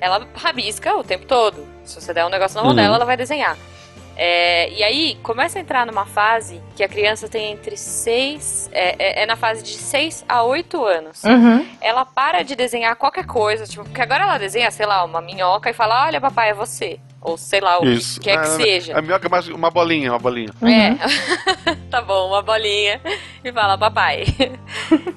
Speaker 1: ela rabisca o tempo todo. Se você der um negócio na mão
Speaker 2: Uhum.
Speaker 1: dela, ela vai desenhar. É, e aí começa a entrar numa fase que a criança tem entre seis É, é- é na fase de seis a oito anos
Speaker 3: Uhum.
Speaker 1: ela para de desenhar qualquer coisa, tipo, porque agora ela desenha, sei lá, uma minhoca e fala, olha papai, é você. Ou sei lá, o
Speaker 2: Isso.
Speaker 1: que quer
Speaker 2: Ah,
Speaker 1: que seja.
Speaker 2: A minhoca é mais uma bolinha, uma bolinha.
Speaker 3: Uhum.
Speaker 1: É. [laughs] tá bom, uma bolinha e fala papai.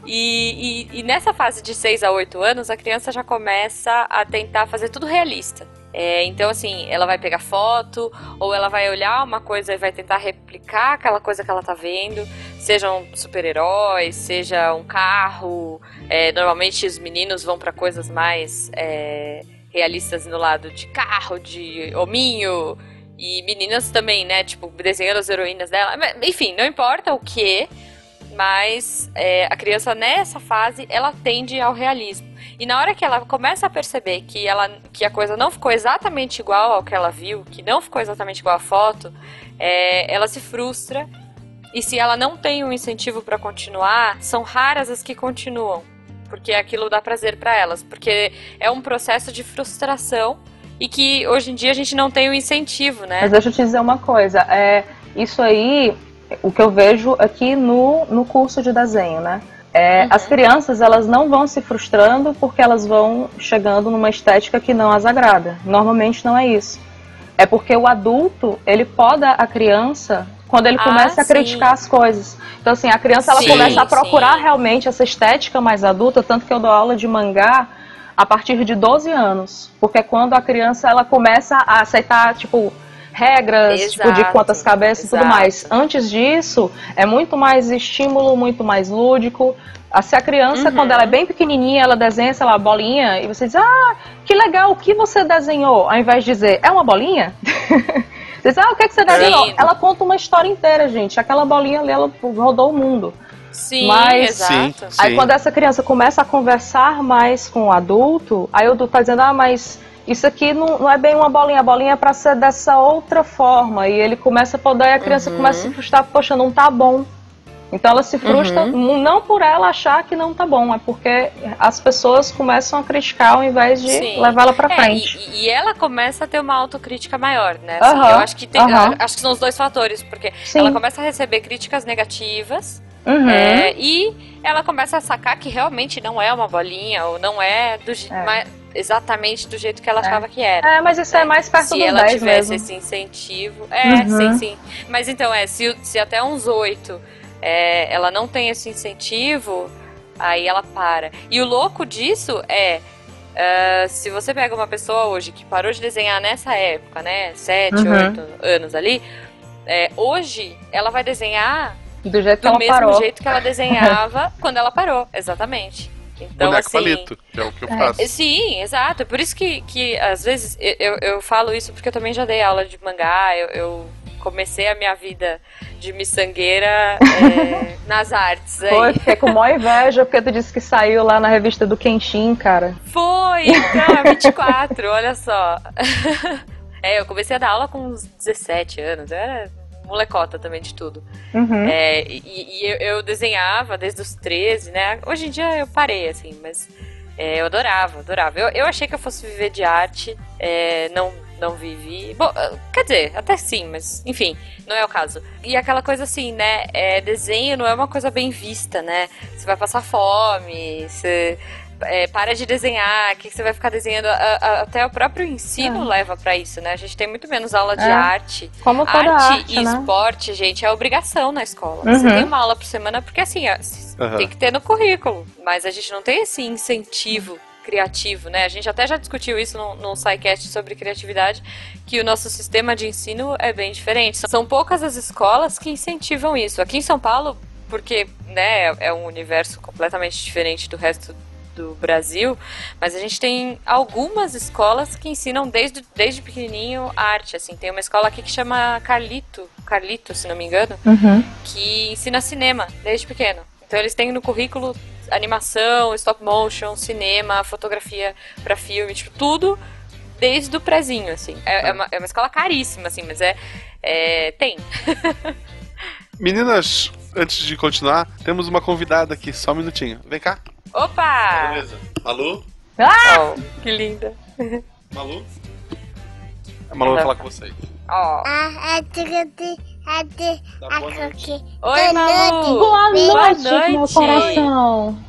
Speaker 1: e, e- e nessa fase de 6 a 8 anos, a criança já começa a tentar fazer tudo realista. É, então, assim, ela vai pegar foto, ou ela vai olhar uma coisa e vai tentar replicar aquela coisa que ela tá vendo, seja um super-herói, seja um carro. É, normalmente os meninos vão pra coisas mais é, realistas no lado de carro, de hominho, e meninas também, né? Tipo, desenhando as heroínas dela. Mas, Enfim, não importa o que, mas é, a criança nessa fase ela tende ao realismo. E na hora que ela começa a perceber que, ela, que a coisa não ficou exatamente igual ao que ela viu, que não ficou exatamente igual à foto, é, ela se frustra. E se ela não tem um incentivo para continuar, são raras as que continuam. Porque aquilo dá prazer para elas. Porque é um processo de frustração e que hoje em dia a gente não tem o incentivo, né?
Speaker 3: Mas deixa eu te dizer uma coisa. É, isso aí, o que eu vejo aqui no, no curso de desenho, né? É,
Speaker 1: Uhum.
Speaker 3: As crianças, elas não vão se frustrando porque elas vão chegando numa estética que não as agrada. Normalmente não é isso. É porque o adulto, ele poda a criança quando ele
Speaker 1: Ah,
Speaker 3: começa a
Speaker 1: sim.
Speaker 3: criticar as coisas. Então, assim, a criança, ela
Speaker 2: Sim,
Speaker 3: começa a
Speaker 1: sim.
Speaker 3: procurar realmente essa estética mais adulta, tanto que eu dou aula de mangá a partir de 12 anos, porque é quando a criança ela começa a aceitar tipo regras, tipo de
Speaker 1: Exato,
Speaker 3: quantas cabeças e tudo
Speaker 1: exato.
Speaker 3: mais. Antes disso, é muito mais estímulo, muito mais lúdico. Ah, Se a criança,
Speaker 1: Uhum.
Speaker 3: quando ela é bem pequenininha, ela desenha, sei lá, bolinha, e você diz, ah, que legal, o que você desenhou? Ao invés de dizer, é uma bolinha? [laughs] você diz, ah, o que, é que você desenhou?
Speaker 1: Sim.
Speaker 3: Ela conta uma história inteira, gente. Aquela bolinha ali, ela rodou o mundo.
Speaker 1: Sim,
Speaker 3: Mas-
Speaker 1: exato.
Speaker 2: Sim.
Speaker 3: Aí quando essa criança começa a conversar mais com o adulto, aí o adulto tá dizendo, ah, mas isso aqui não, não é bem uma bolinha, a bolinha é pra ser dessa outra forma. E ele começa a podar e a criança
Speaker 1: Uhum.
Speaker 3: começa a se frustrar, poxa, não tá bom. Então ela se frustra
Speaker 1: Uhum.
Speaker 3: n- não por ela achar que não tá bom, é porque as pessoas começam a criticar ao invés de
Speaker 1: Sim.
Speaker 3: levar ela pra
Speaker 1: É,
Speaker 3: frente.
Speaker 1: e, e ela começa a ter uma autocrítica maior, né? Assim,
Speaker 3: Aham,
Speaker 1: eu acho que tem-
Speaker 3: aham.
Speaker 1: acho que são os dois fatores, porque ela
Speaker 3: Sim.
Speaker 1: começa a receber críticas negativas
Speaker 3: Uhum.
Speaker 1: é, e ela começa a sacar que realmente não é uma bolinha ou não é, do je-
Speaker 3: É.
Speaker 1: ma- exatamente do jeito que ela achava que era.
Speaker 3: É, mas isso é mais perto
Speaker 1: se
Speaker 3: do
Speaker 1: ela
Speaker 3: 10
Speaker 1: tivesse
Speaker 3: mesmo.
Speaker 1: esse incentivo. É,
Speaker 3: Uhum.
Speaker 1: sim, sim. Mas então, é, se, se até uns oito é, ela não tem esse incentivo, aí ela para. E o louco disso é. ah, se você pega uma pessoa hoje que parou de desenhar nessa época, né? Sete,
Speaker 3: Uhum.
Speaker 1: oito anos ali, é, hoje ela vai desenhar
Speaker 3: Do jeito que
Speaker 1: do
Speaker 3: ela
Speaker 1: mesmo
Speaker 3: parou.
Speaker 1: jeito que ela desenhava [laughs] quando ela parou, exatamente. Então,
Speaker 2: Boneco
Speaker 1: assim,
Speaker 2: palito, que é o que eu faço.
Speaker 1: Sim, exato. É por isso que, que às vezes eu, eu- eu falo isso porque eu também já dei aula de mangá, eu, eu comecei a minha vida de miçangueira é, [laughs] nas artes. Aí.
Speaker 3: Foi, fiquei com maior inveja, porque tu disse que saiu lá na revista do Kenshin, cara.
Speaker 1: Foi, então, cara, 24, olha só. [laughs] é, eu comecei a dar aula com uns 17 anos, eu era molecota também de tudo.
Speaker 3: Uhum.
Speaker 1: É, e e eu, eu desenhava desde os 13, né? Hoje em dia eu parei, assim, mas é, eu adorava, adorava. Eu, eu achei que eu fosse viver de arte, é, não, não vivi. Bom, ah, quer dizer, até sim, mas enfim, não é o caso. E aquela coisa assim, né? é, desenho não é uma coisa bem vista, né? Você vai passar fome, você. é, para de desenhar, o que que você vai ficar desenhando? A- a- até o próprio ensino leva pra isso, né? A gente tem muito menos aula de
Speaker 3: É.
Speaker 1: arte
Speaker 3: Como toda
Speaker 1: arte,
Speaker 3: arte,
Speaker 1: e
Speaker 3: né?
Speaker 1: esporte, gente, é obrigação na escola. Você
Speaker 3: Uhum.
Speaker 1: tem uma aula por semana, porque assim, é, s-
Speaker 2: Aham.
Speaker 1: tem que ter no currículo. Mas a gente não tem esse incentivo criativo, né? A gente até já discutiu isso num, num SciCast sobre criatividade, que o nosso sistema de ensino é bem diferente. São- São poucas as escolas que incentivam isso. Aqui em São Paulo, porque né, é- é um universo completamente diferente do resto do Brasil, mas a gente tem algumas escolas que ensinam desde, desde pequenininho arte, assim, tem uma escola aqui que chama Carlito, Carlito, se não me engano,
Speaker 3: Uhum.
Speaker 1: que ensina cinema desde pequeno. Então eles têm no currículo animação, stop motion, cinema, fotografia pra filme, tipo, tudo desde o prezinho, assim. É, é uma, é uma escola caríssima, assim, mas é... é tem.
Speaker 2: Meninas, antes de continuar, temos uma convidada aqui, só um minutinho. Vem cá.
Speaker 1: Opa!
Speaker 2: Beleza. Malu?
Speaker 1: Ó, que linda.
Speaker 2: Malu? A Malu
Speaker 1: Ela-
Speaker 2: vai falar com vocês.
Speaker 1: Ó.
Speaker 4: Ah, a tigre, a tigre,
Speaker 2: Dá
Speaker 1: Ah,
Speaker 4: a
Speaker 2: boa noite.
Speaker 4: coque,
Speaker 1: Oi,
Speaker 4: Boa
Speaker 1: Malu!
Speaker 3: Boa noite,
Speaker 1: noite.
Speaker 3: meu coração.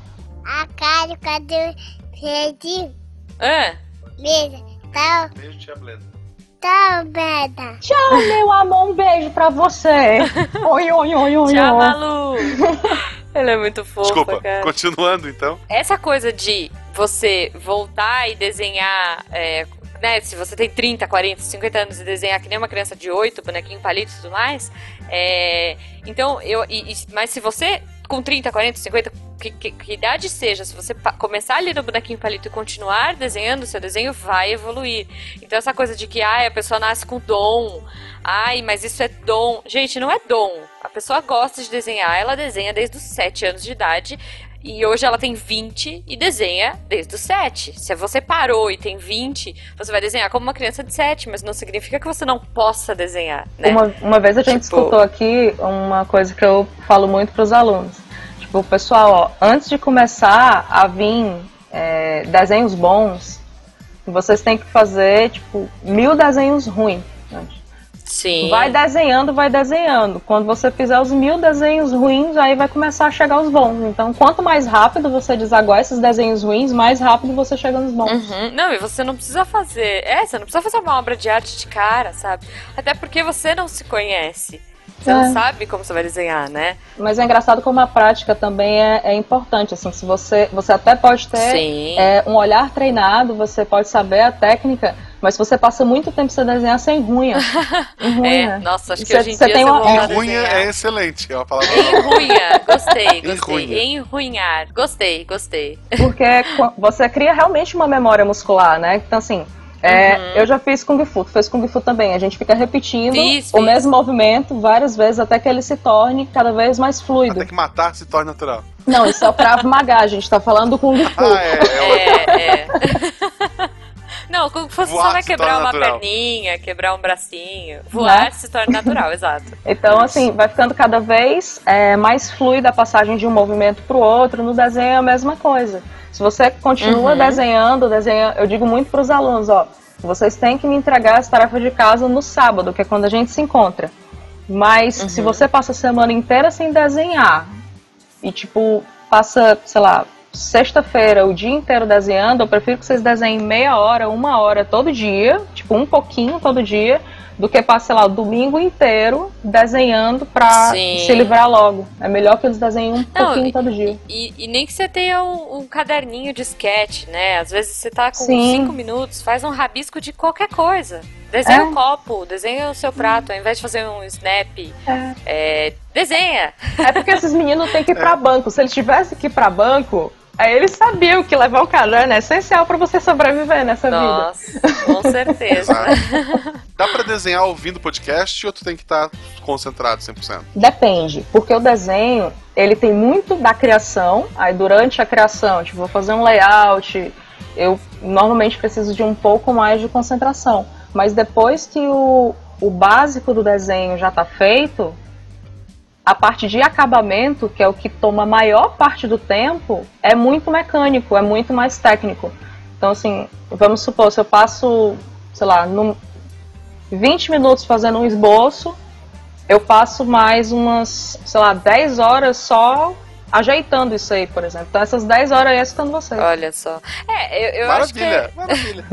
Speaker 4: a cara, cadê? Perdi,
Speaker 1: Ah,
Speaker 4: mesa, tal,
Speaker 2: Beijo, tia Blenda.
Speaker 4: Tá, merda.
Speaker 3: Tchau, meu amor, um beijo pra
Speaker 1: [laughs]
Speaker 3: você. Oi, oi, oi, oi,
Speaker 1: Tchau,
Speaker 3: oi.
Speaker 1: Malu! Ela é muito fofa,
Speaker 2: Desculpa,
Speaker 1: cara.
Speaker 2: continuando então.
Speaker 1: Essa coisa de você voltar e desenhar. é, né, se você tem 30, 40, 50 anos e desenhar que nem uma criança de 8, bonequinho palito e tudo mais. é, então, eu. e- e- mas se você, com 30, 40, 50, que, que- que idade seja, se você pa- começar ali no bonequinho palito e continuar desenhando, seu desenho vai evoluir. Então, essa coisa de que ai, a pessoa nasce com dom, ai, mas isso é dom. Gente, não é dom. A pessoa gosta de desenhar, ela desenha desde os 7 anos de idade. E hoje ela tem 20 e desenha desde os 7. Se você parou e tem 20, você vai desenhar como uma criança de 7, mas não significa que você não possa desenhar, né?
Speaker 3: Uma, uma vez a gente
Speaker 1: Tipo-
Speaker 3: escutou aqui uma coisa que eu falo muito pros alunos. Tipo, pessoal, ó, antes de começar a vir é, desenhos bons, vocês têm que fazer, tipo, mil desenhos ruins. né? antes.
Speaker 1: Sim.
Speaker 3: Vai desenhando, vai desenhando. Quando você fizer os mil desenhos ruins, aí vai começar a chegar os bons. Então, quanto mais rápido você desaguar esses desenhos ruins, mais rápido você chega nos bons.
Speaker 1: Uhum. Não, e você não precisa fazer. É, você não precisa fazer uma obra de arte de cara, sabe? Até porque você não se conhece. Você
Speaker 3: É.
Speaker 1: não sabe como você vai desenhar, né?
Speaker 3: Mas é engraçado como a prática também é, é importante. Assim, se você, você até pode ter
Speaker 1: Sim.
Speaker 3: é, um olhar treinado, você pode saber a técnica, mas se você passa muito tempo sem desenhar, sem ruim.
Speaker 1: [laughs] É,
Speaker 3: Ruim. né?
Speaker 1: nossa, acho que
Speaker 3: Você-
Speaker 1: hoje em
Speaker 3: você
Speaker 1: dia
Speaker 3: tem
Speaker 1: você
Speaker 3: uma-
Speaker 1: voltar a
Speaker 2: Enrunha
Speaker 1: desenhar.
Speaker 2: é excelente, é uma palavra.
Speaker 1: Enrunha, gostei,
Speaker 2: [laughs]
Speaker 1: gostei.
Speaker 2: Enrunha.
Speaker 1: Enrunhar. Gostei, gostei.
Speaker 3: Porque é co- você cria realmente uma memória muscular, né? Então, assim, é,
Speaker 1: Uhum.
Speaker 3: eu já fiz Kung Fu, tu fez Kung Fu também. A gente fica repetindo
Speaker 1: Fiz,
Speaker 3: o
Speaker 1: fiz.
Speaker 3: mesmo movimento várias vezes até que ele se torne cada vez mais fluido.
Speaker 2: Até que matar se torna natural.
Speaker 3: Não, isso é o Krav Maga, a gente tá falando do Kung Fu.
Speaker 2: Ah, é, é o-
Speaker 1: É, é. [laughs] Não, como fosse
Speaker 2: Voar
Speaker 1: só vai
Speaker 2: se
Speaker 1: quebrar
Speaker 2: torna
Speaker 1: uma
Speaker 2: natural.
Speaker 1: perninha, quebrar um bracinho. Voar
Speaker 3: Né?
Speaker 1: se torna natural, [laughs] exato.
Speaker 3: Então, assim, vai ficando cada vez é, mais fluida a passagem de um movimento pro outro. No desenho é a mesma coisa. Se você continua
Speaker 1: Uhum.
Speaker 3: desenhando, desenha, eu digo muito pros alunos, ó, vocês têm que me entregar as tarefas de casa no sábado, que é quando a gente se encontra. Mas se
Speaker 1: Uhum.
Speaker 3: você passa a semana inteira sem desenhar e tipo passa, sei lá, sexta-feira o dia inteiro desenhando, eu prefiro que vocês desenhem meia hora, uma hora todo dia, tipo um pouquinho todo dia, do que passar, sei lá, o domingo inteiro desenhando pra
Speaker 1: Sim.
Speaker 3: se livrar logo. É melhor que eles desenhem um
Speaker 1: Não,
Speaker 3: pouquinho
Speaker 1: e- [laughs]
Speaker 3: todo dia.
Speaker 1: E, e nem que você tenha um, um caderninho de sketch, né? Às vezes você tá com
Speaker 3: Sim.
Speaker 1: cinco minutos, faz um rabisco de qualquer coisa. Desenha
Speaker 3: É.
Speaker 1: um copo, desenha o seu prato, ao invés de fazer um snap.
Speaker 3: É.
Speaker 1: é, desenha!
Speaker 3: É porque esses meninos têm que ir pra banco. Se eles tivessem que ir pra banco, aí eles sabiam que levar o caderno é essencial pra você sobreviver nessa vida.
Speaker 1: Nossa,
Speaker 3: [laughs]
Speaker 1: com certeza.
Speaker 2: Exato. Dá pra desenhar ouvindo podcast ou tu tem que estar concentrado 100%?
Speaker 3: Depende, porque o desenho, ele tem muito da criação, aí durante a criação, tipo, vou fazer um layout, eu normalmente preciso de um pouco mais de concentração. Mas depois que o, o básico do desenho já tá feito, a parte de acabamento, que é o que toma a maior parte do tempo, é muito mecânico, é muito mais técnico. Então, assim, vamos supor, se eu passo, sei lá, num- 20 minutos fazendo um esboço, eu passo mais umas, sei lá, 10 horas só ajeitando isso aí, por exemplo. Então, essas 10 horas aí é escutando vocês.
Speaker 1: Olha só. É, eu, eu acho que
Speaker 2: maravilha, maravilha.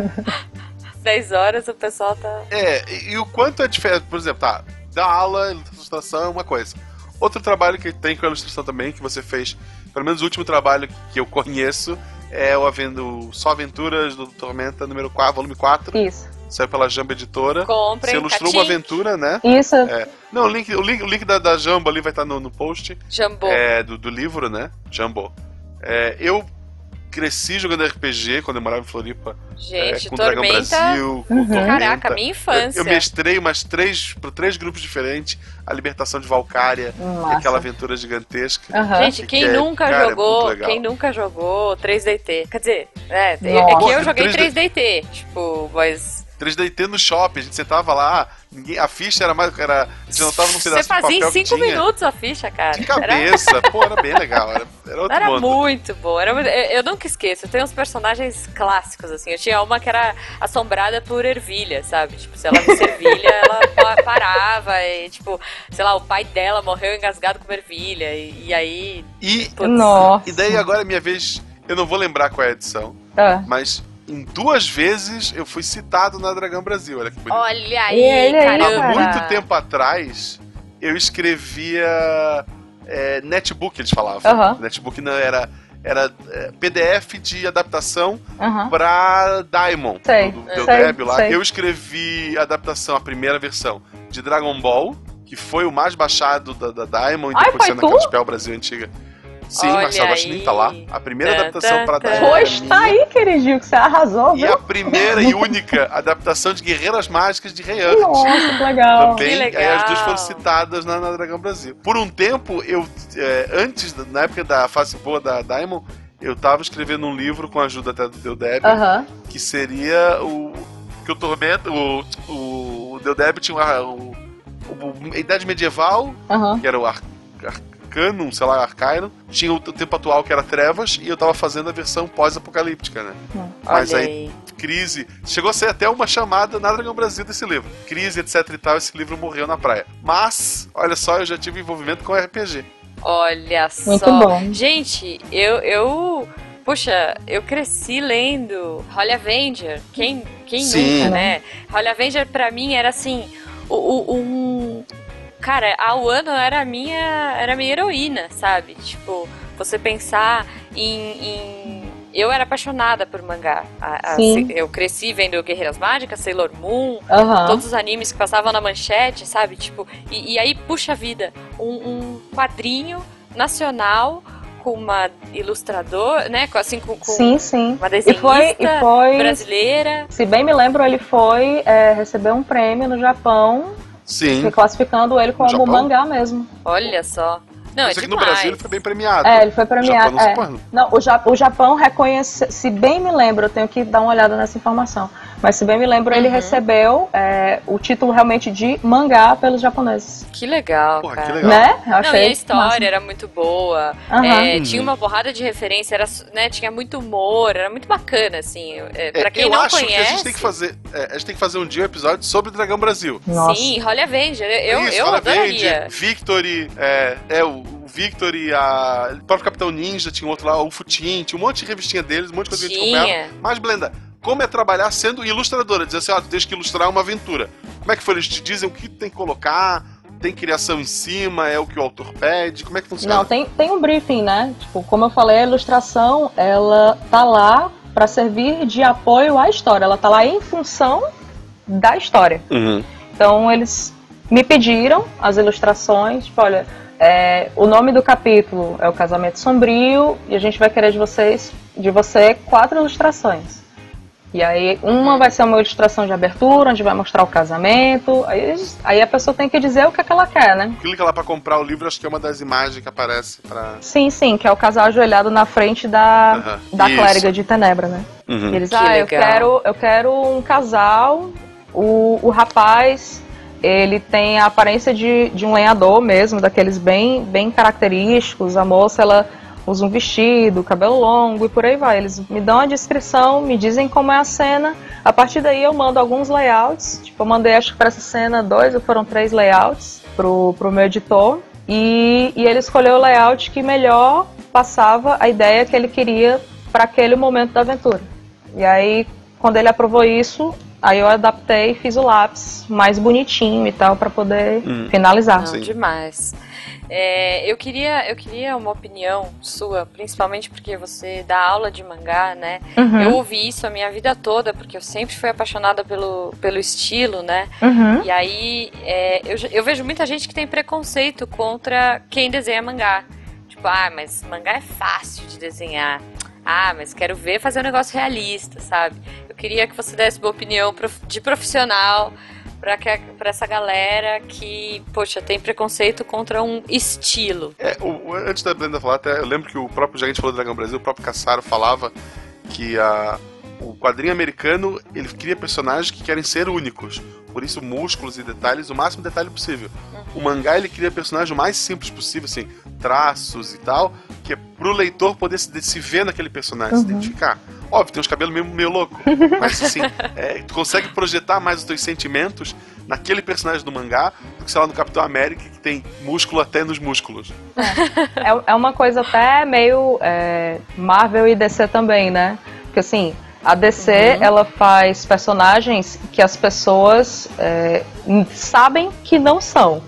Speaker 1: 10 horas o pessoal tá.
Speaker 2: É, e, e o quanto é diferente, por exemplo, tá, dar aula, ilustração é uma coisa. Outro trabalho que tem com a ilustração também, que você fez, pelo menos o último trabalho que eu conheço, é o Avendo Só Aventuras do Tormenta, número 4, volume 4,
Speaker 3: Isso.
Speaker 2: saiu pela Jamba Editora.
Speaker 1: Comprem,
Speaker 2: Você ilustrou uma
Speaker 1: um catim,
Speaker 2: aventura, né?
Speaker 3: Isso,
Speaker 2: Não, o link, o link, o link da, da Jamba ali vai estar no, no post.
Speaker 1: jambô.
Speaker 2: É, do, do livro, né? Jumbo. É, eu cresci jogando RPG quando eu morava em Floripa. é,
Speaker 1: Gente,
Speaker 2: com Dragão
Speaker 1: tormenta.
Speaker 2: Brasil, com
Speaker 3: Uhum.
Speaker 2: Tormenta.
Speaker 1: Caraca, minha
Speaker 2: eu,
Speaker 1: infância.
Speaker 2: eu mestrei umas três, para três grupos diferentes, a libertação de Valkyria, que é
Speaker 3: Massa.
Speaker 2: aquela aventura gigigantesca.
Speaker 3: Aham.
Speaker 1: Gente, quem
Speaker 2: Que é,
Speaker 1: nunca
Speaker 2: cara, é muito
Speaker 1: jogou,
Speaker 2: legal.
Speaker 1: quem nunca jogou 3DT? Quer dizer, é, é que eu
Speaker 3: Nossa,
Speaker 1: joguei
Speaker 2: 3D.
Speaker 1: 3DT, tipo, mas
Speaker 2: 3DT no shopping, a gente sentava lá, ninguém, a ficha era mais. Era, a gente não tava num
Speaker 1: você
Speaker 2: pedaço de papel
Speaker 1: fazia em
Speaker 2: que
Speaker 1: 5
Speaker 2: tinha.
Speaker 1: minutos a ficha, cara.
Speaker 2: De
Speaker 1: Era,
Speaker 2: cabeça, pô, era bem legal. Era, era outro
Speaker 1: era
Speaker 2: mundo.
Speaker 1: muito bom. Era, muito- eu, eu nunca esqueço. Eu tenho uns personagens clássicos, assim. Eu tinha uma que era assombrada por ervilha, sabe? Tipo, se ela visse ervilha, ela pa- parava. E, tipo, sei lá, o pai dela morreu engasgado com uma ervilha. E, e aí.
Speaker 2: E,
Speaker 1: Putz,
Speaker 3: Nossa.
Speaker 2: e daí agora é minha vez. Eu não vou lembrar qual é a edição,
Speaker 3: Ah,
Speaker 2: mas em duas vezes eu fui citado na Dragão Brasil. Olha que bonito.
Speaker 1: Olha aí,
Speaker 3: Ele é aí,
Speaker 1: caramba.
Speaker 2: Há
Speaker 3: cara.
Speaker 2: muito tempo atrás, eu escrevia é, netbook, eles falavam.
Speaker 3: Aham.
Speaker 2: Netbook não era, era é, PDF de adaptação
Speaker 3: Aham.
Speaker 2: pra Diamond.
Speaker 3: Ah. Sei,
Speaker 2: do do
Speaker 3: sei,
Speaker 2: Deb lá.
Speaker 3: sei.
Speaker 2: Eu escrevi a adaptação, a primeira versão de Dragon Ball, que foi o mais baixado da, da Diamond,
Speaker 3: Ai,
Speaker 2: depois
Speaker 3: foi
Speaker 2: sendo
Speaker 3: tu?
Speaker 2: aquela Spell Brasil antiga. Sim,
Speaker 1: Olha
Speaker 2: Marcelo Guaxinim tá
Speaker 1: aí.
Speaker 2: lá. A primeira
Speaker 1: Tá,
Speaker 2: adaptação
Speaker 1: tá,
Speaker 2: pra
Speaker 1: tá.
Speaker 2: Diamond.
Speaker 3: Pois tá aí, queridinho, que você arrasou,
Speaker 2: E
Speaker 3: viu?
Speaker 2: a primeira e única adaptação de Guerreiras Mágicas de Rei Ant.
Speaker 3: Nossa, que legal.
Speaker 2: Também,
Speaker 1: Que
Speaker 2: aí
Speaker 1: legal.
Speaker 2: as duas foram citadas na, na Dragão Brasil. Por um tempo, eu, é, antes, da- na época da fase boa da Diamond, eu tava escrevendo um livro com a ajuda até do Deu Deb,
Speaker 3: Aham.
Speaker 2: que seria o. Que o Tormento. O, o, o Deu Deb tinha uma, o, o- a Idade Medieval,
Speaker 3: Aham.
Speaker 2: que era o Ar- Arcanum, sei lá, Arcaino. Tinha o, o tempo atual, que era Trevas, e eu tava fazendo a versão pós-apocalíptica, né? Mas
Speaker 1: Olha
Speaker 2: aí crise. Chegou a ser até uma chamada na Dragão Brasil desse livro. Crise, etc e tal, esse livro morreu na praia. Mas, olha só, eu já tive envolvimento com RPG.
Speaker 1: Olha só.
Speaker 3: Muito bom.
Speaker 1: Gente, eu, eu. Puxa, eu cresci lendo Holly Avenger. Quem, quem
Speaker 2: Sim.
Speaker 1: nunca, né? Holly Avenger pra mim era assim. O, o- um. Cara, a Wano era a minha, era a minha heroína, sabe? Tipo, você pensar em. em- Eu era apaixonada por mangá. A- a-
Speaker 3: Sim.
Speaker 1: eu cresci vendo Guerreiras Mágicas, Sailor Moon,
Speaker 3: Aham.
Speaker 1: todos os animes que passavam na manchete, sabe? Tipo, e, e aí, puxa vida, um, um quadrinho nacional com uma ilustrador, né? Com, assim, com, com
Speaker 3: Sim, sim.
Speaker 1: uma
Speaker 3: E
Speaker 1: desenhista
Speaker 3: foi, e foi
Speaker 1: brasileira.
Speaker 3: Se bem me lembro, ele foi é, receber um prêmio no Japão,
Speaker 2: Sim.
Speaker 3: classificando ele como
Speaker 2: Japão?
Speaker 3: mangá mesmo.
Speaker 1: Olha só. Não, é
Speaker 2: Mas aqui no
Speaker 1: demais.
Speaker 2: Brasil ele foi bem premiado.
Speaker 3: É, ele foi
Speaker 2: No Ah, tá. Japão
Speaker 3: premiado.
Speaker 2: não se
Speaker 3: é.
Speaker 2: pode.
Speaker 3: Não, o, Ja- o Japão reconhece, se bem me lembro, eu tenho que dar uma olhada nessa informação, mas se bem me lembro, ele
Speaker 1: Uhum.
Speaker 3: recebeu é, o título realmente de mangá pelos japoneses.
Speaker 1: Que legal,
Speaker 2: Porra,
Speaker 1: cara.
Speaker 2: que legal.
Speaker 3: Né? Eu
Speaker 1: Não, e a história
Speaker 3: massa.
Speaker 1: era muito boa.
Speaker 3: Aham.
Speaker 1: É,
Speaker 2: Uhum.
Speaker 1: Tinha uma porrada de referência, era, né, tinha muito humor, era muito bacana, assim. É, pra
Speaker 2: É,
Speaker 1: quem
Speaker 2: eu
Speaker 1: não
Speaker 2: acho que a
Speaker 1: conhece.
Speaker 2: gente tem que fazer. é, a gente tem que fazer um dia um episódio sobre Dragão Brasil.
Speaker 3: Nossa.
Speaker 1: Sim, Holly Avenger. Eu,
Speaker 2: É Isso,
Speaker 1: eu
Speaker 2: Hora
Speaker 1: adoraria.
Speaker 2: Verde, Victory, é, é, o o Victory, a, o próprio Capitão Ninja, tinha outro lá, o Futin, tinha um monte de revistinha deles, um monte de coisa que a gente comprava.
Speaker 1: Tinha.
Speaker 2: Mas, Blenda, como é trabalhar sendo ilustradora? Dizer assim, ó, tu tens que ilustrar uma aventura. Como é que foi? Eles te dizem o que tu tem que colocar? Tem criação em cima? É o que o autor pede? Como é que funciona?
Speaker 3: Não, tem, tem um briefing, né? Tipo, como eu falei, a ilustração, ela tá lá pra servir de apoio à história. Ela tá lá em função da história. Então eles me pediram as ilustrações, tipo, olha, é, o nome do capítulo é o Casamento Sombrio e a gente vai querer de vocês, de você, quatro ilustrações. E aí uma vai ser uma ilustração de abertura, onde vai mostrar o casamento. Aí, eles- aí a pessoa tem que dizer o que, é que ela quer, né?
Speaker 2: Clica lá pra comprar o livro, acho que é uma das imagens que aparece pra...
Speaker 3: Sim, sim, que é o casal ajoelhado na frente da,
Speaker 2: Aham.
Speaker 3: Tá. da
Speaker 2: Isso.
Speaker 3: clériga de Tenebra, né?
Speaker 2: Uhum.
Speaker 3: E eles,
Speaker 1: Que
Speaker 3: ah, eu
Speaker 1: legal.
Speaker 3: quero, eu quero um casal. O, o rapaz, ele tem a aparência de, de um lenhador mesmo, daqueles bem, bem característicos. A moça, ela usa um vestido, cabelo longo e por aí vai. Eles me dão a descrição, me dizem como é a cena. A partir daí eu mando alguns layouts. Tipo, eu mandei, acho que pra essa cena, dois ou foram três layouts pro, pro meu editor. E, e ele escolheu o layout que melhor passava a ideia que ele queria para aquele momento da aventura. E aí, quando ele aprovou isso, aí eu adaptei e fiz o lápis mais bonitinho e tal para poder
Speaker 2: Uhum.
Speaker 3: finalizar.
Speaker 1: Não,
Speaker 2: Sim.
Speaker 1: demais. É, eu, queria, eu queria uma opinião sua, principalmente porque você dá aula de mangá, né?
Speaker 3: Uhum,
Speaker 1: Eu ouvi isso a minha vida toda, porque eu sempre fui apaixonada pelo, pelo estilo, né?
Speaker 3: uhum.
Speaker 1: E aí, é, eu, já- eu vejo muita gente que tem preconceito contra quem desenha mangá. Tipo, ah, mas mangá é fácil de desenhar. Ah, mas quero ver fazer um negócio realista, sabe? Eu queria que você desse uma opinião prof- de profissional pra, que, pra essa galera que, poxa, tem preconceito contra um estilo.
Speaker 2: É, o- o- antes da Blenda falar, até eu lembro que o próprio Gigante falou do Dragão Brasil, o próprio Cassaro falava que a, o quadrinho americano ele cria personagens que querem ser únicos. Por isso, músculos e detalhes, o máximo detalhe possível. O mangá ele cria personagem o mais simples possível, assim, traços e tal, que é pro leitor poder se, se ver naquele personagem, se
Speaker 3: Uhum.
Speaker 2: identificar. Óbvio, tem uns cabelos meio, meio louco, mas assim, é, tu consegue projetar mais os teus sentimentos naquele personagem do mangá do que, sei lá, no Capitão América, que tem músculo até nos músculos.
Speaker 3: É, é uma coisa até meio é, Marvel e DC também, né? Porque assim, A DC,
Speaker 1: Uhum.
Speaker 3: ela faz personagens que as pessoas é, n- sabem que não são.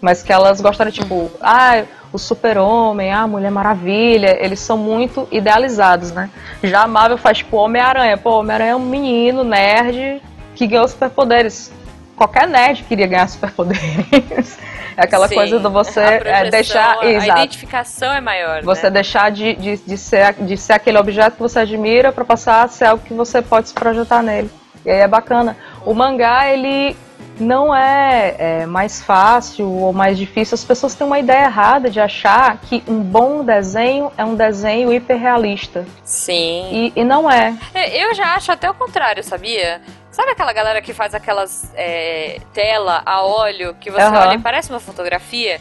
Speaker 3: Mas que elas gostaram, tipo, ah, o super-homem, ah, a Mulher Maravilha, eles são muito idealizados, né? Já a Marvel faz, tipo, Homem-Aranha. Pô, Homem-Aranha é um menino nerd que ganhou superpoderes. Qualquer nerd queria ganhar superpoderes. [laughs] É aquela
Speaker 1: Sim,
Speaker 3: coisa do você
Speaker 1: a
Speaker 3: é,
Speaker 1: projeção,
Speaker 3: deixar.
Speaker 1: A
Speaker 3: exato.
Speaker 1: identificação é maior.
Speaker 3: Você
Speaker 1: né?
Speaker 3: deixar de, de, de, ser, de ser aquele objeto que você admira para passar a ser algo que você pode se projetar nele. E aí é bacana. O mangá, ele não é, é, mais fácil ou mais difícil. As pessoas têm uma ideia errada de achar que um bom desenho é um desenho hiperrealista.
Speaker 1: Sim.
Speaker 3: E, e não é.
Speaker 1: É, Eu já acho até o contrário, sabia? Sabe aquela galera que faz aquelas é, tela a óleo que você
Speaker 3: Aham.
Speaker 1: olha e parece uma fotografia?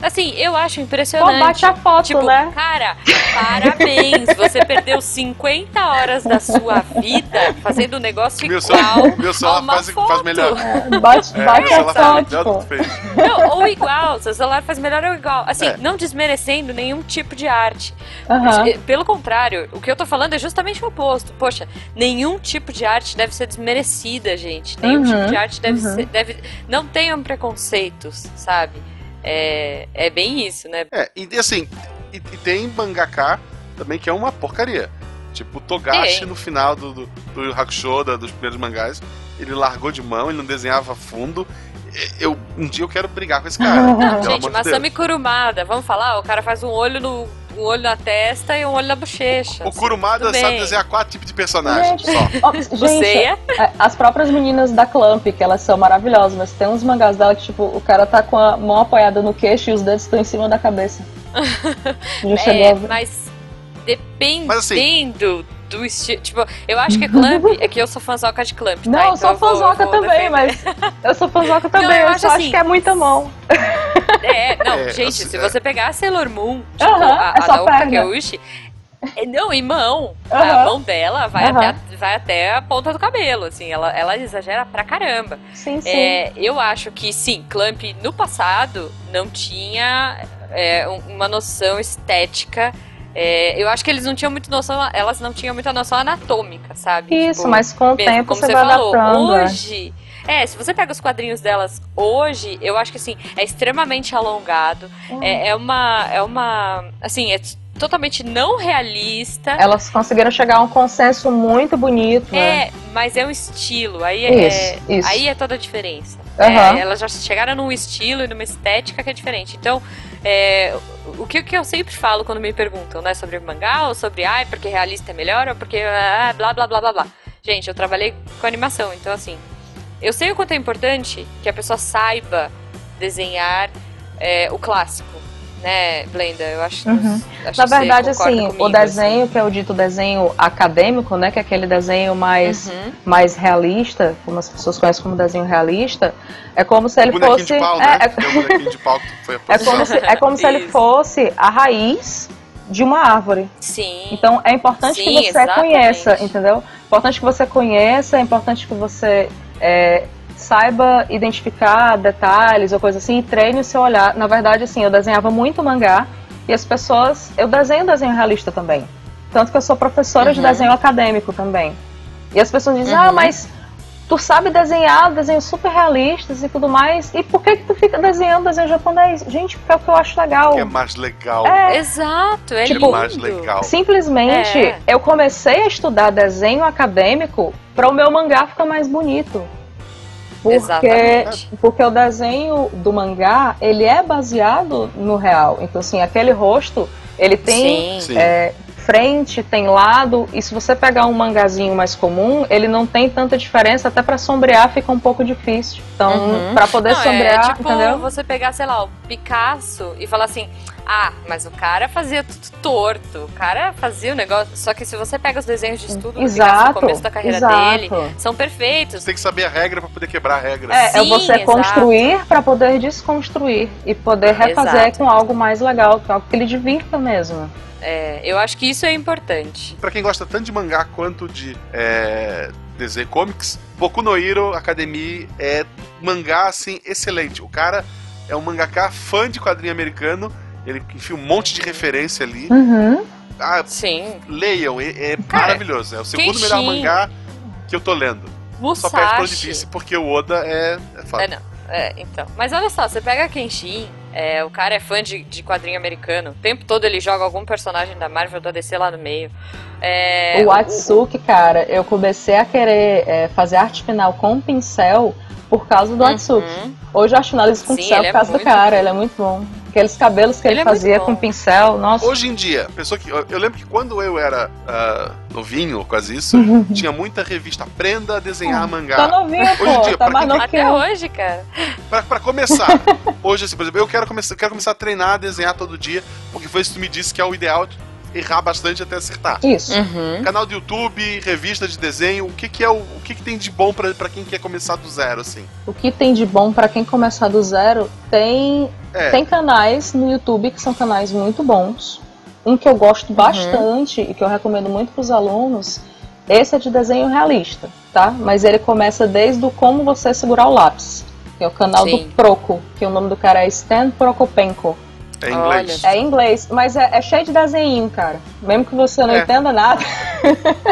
Speaker 1: Assim, eu acho
Speaker 3: Só
Speaker 1: impressionante.
Speaker 3: bate a foto,
Speaker 1: Tipo,
Speaker 3: né?
Speaker 1: cara, parabéns! Você perdeu 50 horas da sua vida fazendo um negócio
Speaker 2: Meu
Speaker 1: igual.
Speaker 2: celular, meu celular
Speaker 1: uma
Speaker 2: faz,
Speaker 1: foto.
Speaker 2: faz melhor.
Speaker 3: Bate,
Speaker 2: É, meu
Speaker 3: bate a
Speaker 2: celular faz
Speaker 3: foto,
Speaker 2: melhor do
Speaker 3: pô.
Speaker 2: que fez.
Speaker 1: Não, ou igual, seu celular faz melhor ou igual. Assim,
Speaker 2: É.
Speaker 1: não desmerecendo nenhum tipo de arte.
Speaker 3: Aham.
Speaker 1: Eh, Pelo contrário, o que eu tô falando é justamente o oposto. Poxa, nenhum tipo de arte deve ser desmerecida, gente. Nenhum
Speaker 3: Uhum,
Speaker 1: tipo de arte deve
Speaker 3: uhum.
Speaker 1: ser. Deve... Não tenham preconceitos, sabe? É, é bem isso, né?
Speaker 2: É, e assim, e, e tem mangaka também que é uma porcaria. Tipo, o Togashi
Speaker 1: Tem.
Speaker 2: no final do, do, do Yu Yu Hakusho, da- dos primeiros mangás, ele largou de mão, ele não desenhava fundo. E- Eu, um dia eu quero brigar com esse
Speaker 3: [laughs]
Speaker 2: cara. pelo amor
Speaker 1: gente,
Speaker 2: de
Speaker 1: Masami Kurumada, vamos falar? O cara faz um olho no. um olho na testa e um olho na bochecha.
Speaker 2: Deus. O Kurumada
Speaker 1: Tudo bem.
Speaker 2: sabe desenhar quatro tipos de personagens só.
Speaker 3: Ó,
Speaker 1: Você é?
Speaker 3: É, As próprias meninas da Clamp, que elas são maravilhosas, mas tem uns mangás dela que, tipo, o cara tá com a mão apoiada no queixo e os dedos estão em cima
Speaker 1: [laughs]
Speaker 3: da cabeça. Já chegou
Speaker 1: É,
Speaker 3: a ver.
Speaker 1: mas dependendo
Speaker 2: Mas assim-
Speaker 1: do estilo. Tipo, eu acho que
Speaker 3: [laughs]
Speaker 1: é Clamp. É que eu sou fãzoca de Clamp. tá?
Speaker 3: Não, eu
Speaker 1: Então
Speaker 3: sou
Speaker 1: eu vou- eu
Speaker 3: fanzoca
Speaker 1: vou
Speaker 3: também,
Speaker 1: defender.
Speaker 3: mas. Eu sou fanzoca também,
Speaker 1: eu
Speaker 3: eu,
Speaker 1: acho
Speaker 3: só
Speaker 1: assim,
Speaker 3: acho que é muita mão.
Speaker 1: É, não,
Speaker 2: É,
Speaker 1: gente,
Speaker 2: assim,
Speaker 1: se
Speaker 2: é.
Speaker 1: você pegar a Sailor Moon, tipo,
Speaker 3: Aham,
Speaker 1: a,
Speaker 3: é
Speaker 1: a
Speaker 3: só
Speaker 1: Naomi
Speaker 3: perna.
Speaker 1: Takeuchi, é, não, e mão. A
Speaker 3: Aham.
Speaker 1: mão dela vai,
Speaker 3: Aham.
Speaker 1: até, a- vai até a ponta do cabelo, assim, ela, ela exagera pra caramba.
Speaker 3: Sim, sim.
Speaker 1: É, eu acho que, sim, Clamp no passado não tinha é, um- uma noção estética. É, eu acho que eles não tinham muito noção, elas não tinham muita noção anatômica, sabe?
Speaker 3: Isso,
Speaker 1: Tipo,
Speaker 3: mas com o
Speaker 1: mesmo,
Speaker 3: tempo
Speaker 1: como
Speaker 3: você
Speaker 1: você
Speaker 3: vai
Speaker 1: falou,
Speaker 3: adaptando. é.
Speaker 1: hoje. É, se você pega os quadrinhos delas hoje, eu acho que assim, é extremamente alongado. É, é uma. É uma. Assim, é t- totalmente não realista.
Speaker 3: Elas conseguiram chegar a um consenso muito bonito. né?
Speaker 1: É, mas é um estilo. Aí é,
Speaker 3: Isso, isso.
Speaker 1: Aí é toda a diferença.
Speaker 3: Aham.
Speaker 1: É, elas já chegaram num estilo e numa estética que é diferente. Então, é, o que, o que eu sempre falo quando me perguntam, né, sobre mangá ou sobre ai, porque realista é melhor ou porque ah, blá blá blá blá blá. Gente, eu trabalhei com animação, então assim, eu sei o quanto é importante que a pessoa saiba desenhar é, o clássico, né, Blenda? Eu acho,
Speaker 3: Uhum.
Speaker 1: acho que
Speaker 3: Na
Speaker 1: você
Speaker 3: verdade,
Speaker 1: concorda
Speaker 3: assim,
Speaker 1: comigo,
Speaker 3: o desenho, que é o dito desenho acadêmico, né? Que é aquele desenho mais,
Speaker 1: Uhum.
Speaker 3: mais realista, como as pessoas conhecem como desenho realista, é como se ele
Speaker 2: Bonequinho
Speaker 3: fosse.
Speaker 2: de pau,
Speaker 3: é,
Speaker 2: né?
Speaker 3: é-
Speaker 2: Tem um bonequinho de pau que foi a
Speaker 3: É
Speaker 2: posição.
Speaker 3: como, se, é como se ele
Speaker 1: Isso.
Speaker 3: fosse a raiz de uma árvore.
Speaker 1: Sim.
Speaker 3: Então é importante que
Speaker 1: Sim,
Speaker 3: você
Speaker 1: exatamente.
Speaker 3: conheça, entendeu? Importante que você conheça, é importante que você é, saiba identificar detalhes ou coisa assim e treine o seu olhar. Na verdade, assim, eu desenhava muito mangá e as pessoas. Eu desenho desenho realista também. Tanto que eu sou professora de
Speaker 1: Uhum.
Speaker 3: desenho acadêmico também. E as pessoas dizem, ah, mas tu sabe desenhar desenhos super realistas e tudo mais. E por que que tu fica desenhando desenho japonês? Gente, porque é o que eu acho legal.
Speaker 2: Que é mais legal.
Speaker 1: Exato, é
Speaker 2: que
Speaker 3: tipo,
Speaker 1: lindo.
Speaker 2: é mais legal.
Speaker 3: Simplesmente
Speaker 1: É.
Speaker 3: eu comecei a estudar desenho acadêmico para o meu mangá ficar mais bonito. Porque,
Speaker 1: Exatamente.
Speaker 3: porque o desenho do mangá, ele é baseado no real. Então, assim, aquele rosto, ele tem
Speaker 1: Sim.
Speaker 2: Sim.
Speaker 3: é. frente, tem lado. E se você pegar um mangazinho mais comum, ele não tem tanta diferença. Até para sombrear fica um pouco difícil. Então,
Speaker 1: Uhum.
Speaker 3: para poder
Speaker 1: Não,
Speaker 3: sombrear,
Speaker 1: é tipo
Speaker 3: entendeu?
Speaker 1: você pegar, sei lá, o Picasso e falar assim: ah, mas o cara fazia tudo torto, o cara fazia o negócio. Só que se você pega os desenhos de estudo do Picasso assim, no
Speaker 3: Exato.
Speaker 1: começo da carreira
Speaker 3: exato.
Speaker 1: dele, são perfeitos.
Speaker 2: Você tem que saber a regra pra poder quebrar a regra.
Speaker 3: É, é
Speaker 1: Sim,
Speaker 3: você
Speaker 1: exato.
Speaker 3: construir para poder desconstruir e poder
Speaker 5: Ah,
Speaker 3: refazer
Speaker 1: Exato.
Speaker 3: com algo mais legal, com algo que lhe divirta mesmo.
Speaker 1: É, eu acho que isso é importante.
Speaker 2: Pra quem gosta tanto de mangá quanto de é, desenho comics, Boku no Hero Academy é mangá, assim, excelente. O cara é um mangaká fã de quadrinho americano, ele enfia um monte de referência ali.
Speaker 3: Uhum.
Speaker 2: Ah,
Speaker 5: Sim.
Speaker 2: leiam, é, é
Speaker 5: Cara,
Speaker 2: maravilhoso. É o segundo melhor
Speaker 5: Kenshin.
Speaker 2: mangá que eu tô lendo. Só perde pro
Speaker 5: Musashi.
Speaker 2: difícil, porque o Oda é, é foda.
Speaker 5: É, não. É, então. Mas olha só, você pega Kenshin, é, o cara é fã de, de quadrinho americano. O tempo todo ele joga algum personagem da Marvel da DC lá no meio. É,
Speaker 3: o Atsuki, cara, eu comecei a querer é, fazer arte final com um pincel por causa do Atsuki.
Speaker 5: Uhum.
Speaker 3: Hoje eu acho análise com
Speaker 5: Sim,
Speaker 3: pincel
Speaker 5: ele
Speaker 3: por
Speaker 5: é
Speaker 3: causa do
Speaker 5: muito
Speaker 3: cara,
Speaker 5: bom.
Speaker 3: ele é muito bom. Aqueles cabelos que ele,
Speaker 5: Ele é muito
Speaker 3: fazia
Speaker 5: bom.
Speaker 3: com pincel, nossa.
Speaker 2: Hoje em dia, pessoa que. Eu, eu lembro que quando eu era ah, novinho, ou quase isso,
Speaker 5: Uhum.
Speaker 2: tinha muita revista Aprenda a Desenhar Mangá.
Speaker 3: Tá novinho,
Speaker 2: Hoje em
Speaker 3: pô,
Speaker 2: dia,
Speaker 3: tá
Speaker 2: pra
Speaker 3: mais
Speaker 2: quem-
Speaker 3: novo que
Speaker 5: Até
Speaker 3: eu.
Speaker 5: hoje, cara.
Speaker 2: Pra, pra
Speaker 3: [laughs]
Speaker 2: começar, hoje, assim, por exemplo, eu quero, começar, quero começar a treinar, a desenhar todo dia, porque foi isso que tu me disse que é o ideal errar bastante até acertar.
Speaker 3: Isso.
Speaker 5: Hum.
Speaker 2: Canal do YouTube, revista de desenho, o que, que é o, o que, que tem de bom pra, pra quem quer começar do zero, assim?
Speaker 3: O que tem de bom pra quem começar do zero, tem,
Speaker 2: É.
Speaker 3: tem canais no YouTube que são canais muito bons. Um que eu gosto
Speaker 2: Uhum.
Speaker 3: bastante e que eu recomendo muito pros alunos, esse é de desenho realista, tá? Mas ele começa desde o como você segurar o lápis. Que é o canal
Speaker 5: Sim.
Speaker 3: do Proco, que o nome do cara é Stan Prokopenko.
Speaker 2: É em inglês.
Speaker 3: É em inglês, mas é, é cheio de desenho, cara. Mesmo que você não
Speaker 2: É.
Speaker 3: entenda nada,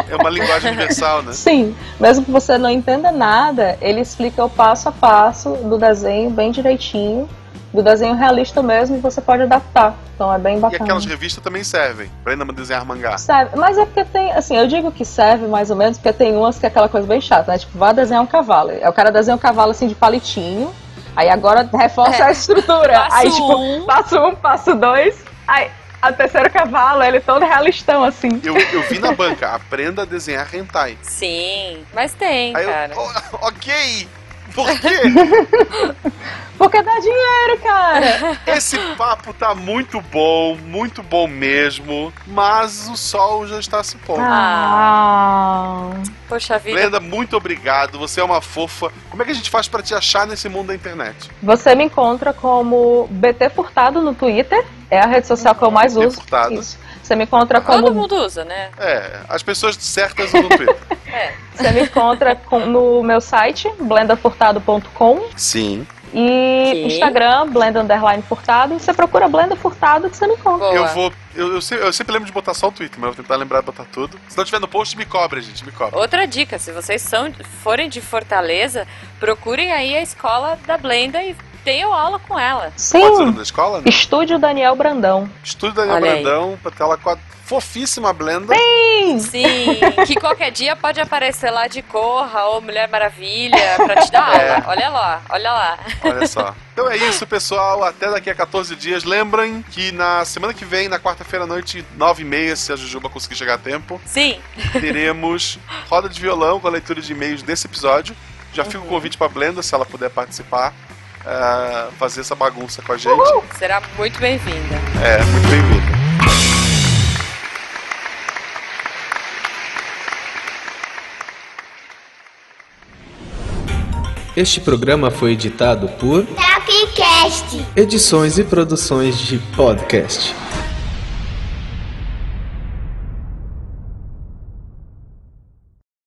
Speaker 2: É uma linguagem universal, né?
Speaker 3: [laughs] Sim, mesmo que você não entenda nada, ele explica o passo a passo do desenho bem direitinho, do desenho realista mesmo, e você pode adaptar. Então é bem
Speaker 2: E
Speaker 3: bacana.
Speaker 2: aquelas revistas também servem pra ainda desenhar mangá.
Speaker 3: Serve, mas é porque tem, assim, eu digo que serve mais ou menos, porque tem umas que é aquela coisa bem chata, né? Tipo, vá desenhar um cavalo. Aí o cara desenha um cavalo assim de palitinho, aí agora reforça a estrutura.
Speaker 5: Passo
Speaker 3: aí, tipo,
Speaker 5: É. um.
Speaker 3: passo um, passo dois, aí o terceiro cavalo, ele todo realistão, assim.
Speaker 2: Eu, eu vi na banca, aprenda a desenhar hentai.
Speaker 5: Sim, mas tem,
Speaker 2: Aí eu,
Speaker 5: cara.
Speaker 2: "Oh, ok, por quê?
Speaker 3: Porque dá dinheiro, cara!
Speaker 5: [laughs]
Speaker 2: Esse papo tá muito bom, muito bom mesmo, mas o sol já está se pondo.
Speaker 3: Ah.
Speaker 5: Poxa vida.
Speaker 2: Brenda, muito obrigado. Você é uma fofa. Como é que a gente faz pra te achar nesse mundo da internet?
Speaker 3: Você me encontra como BT Furtado no Twitter. É a rede social que eu mais
Speaker 2: BT
Speaker 3: uso.
Speaker 2: Furtado.
Speaker 3: Isso. Você me encontra
Speaker 5: Todo
Speaker 3: como
Speaker 5: mundo usa, né?
Speaker 2: É, as pessoas certas no Twitter.
Speaker 5: [laughs]
Speaker 3: você me encontra com- no meu site blendafurtado.com
Speaker 2: Sim.
Speaker 3: e
Speaker 5: Que?
Speaker 3: Instagram blenda underline furtado. Você procura blenda furtado que você me encontra.
Speaker 5: Boa.
Speaker 2: Eu vou. Eu, eu se- eu sempre lembro de botar só o Twitter, mas eu vou tentar lembrar de botar tudo. Se não tiver no post, me cobra, gente, me cobra.
Speaker 5: Outra dica, se vocês são, forem de Fortaleza, procurem aí a escola da Blenda e tenham aula com ela.
Speaker 2: Pode ser o
Speaker 3: Sim.
Speaker 2: nome da escola? Né?
Speaker 3: Estúdio Daniel Brandão.
Speaker 2: Estudo Daniel
Speaker 5: Olha aí.
Speaker 2: Brandão, pra tela com a fofíssima Blenda.
Speaker 5: Sim, que qualquer dia pode aparecer lá de Corra ou Mulher Maravilha pra te dar
Speaker 2: [laughs] É.
Speaker 5: aula. Olha lá, olha lá.
Speaker 2: Olha só. Então é isso, pessoal. Até daqui a 14 dias. Lembrem que na semana que vem, na quarta-feira à noite, 9h30, se a Jujuba conseguir chegar a tempo,
Speaker 5: Sim,
Speaker 2: [laughs] teremos roda de violão com a leitura de e-mails desse episódio. Já fica o convite pra Blenda, se ela puder participar, ah, fazer essa bagunça com a gente.
Speaker 5: será muito bem-vinda.
Speaker 2: É, muito bem-vinda.
Speaker 6: Este programa foi editado por
Speaker 4: Tapcast.
Speaker 6: Edições e Produções de Podcast.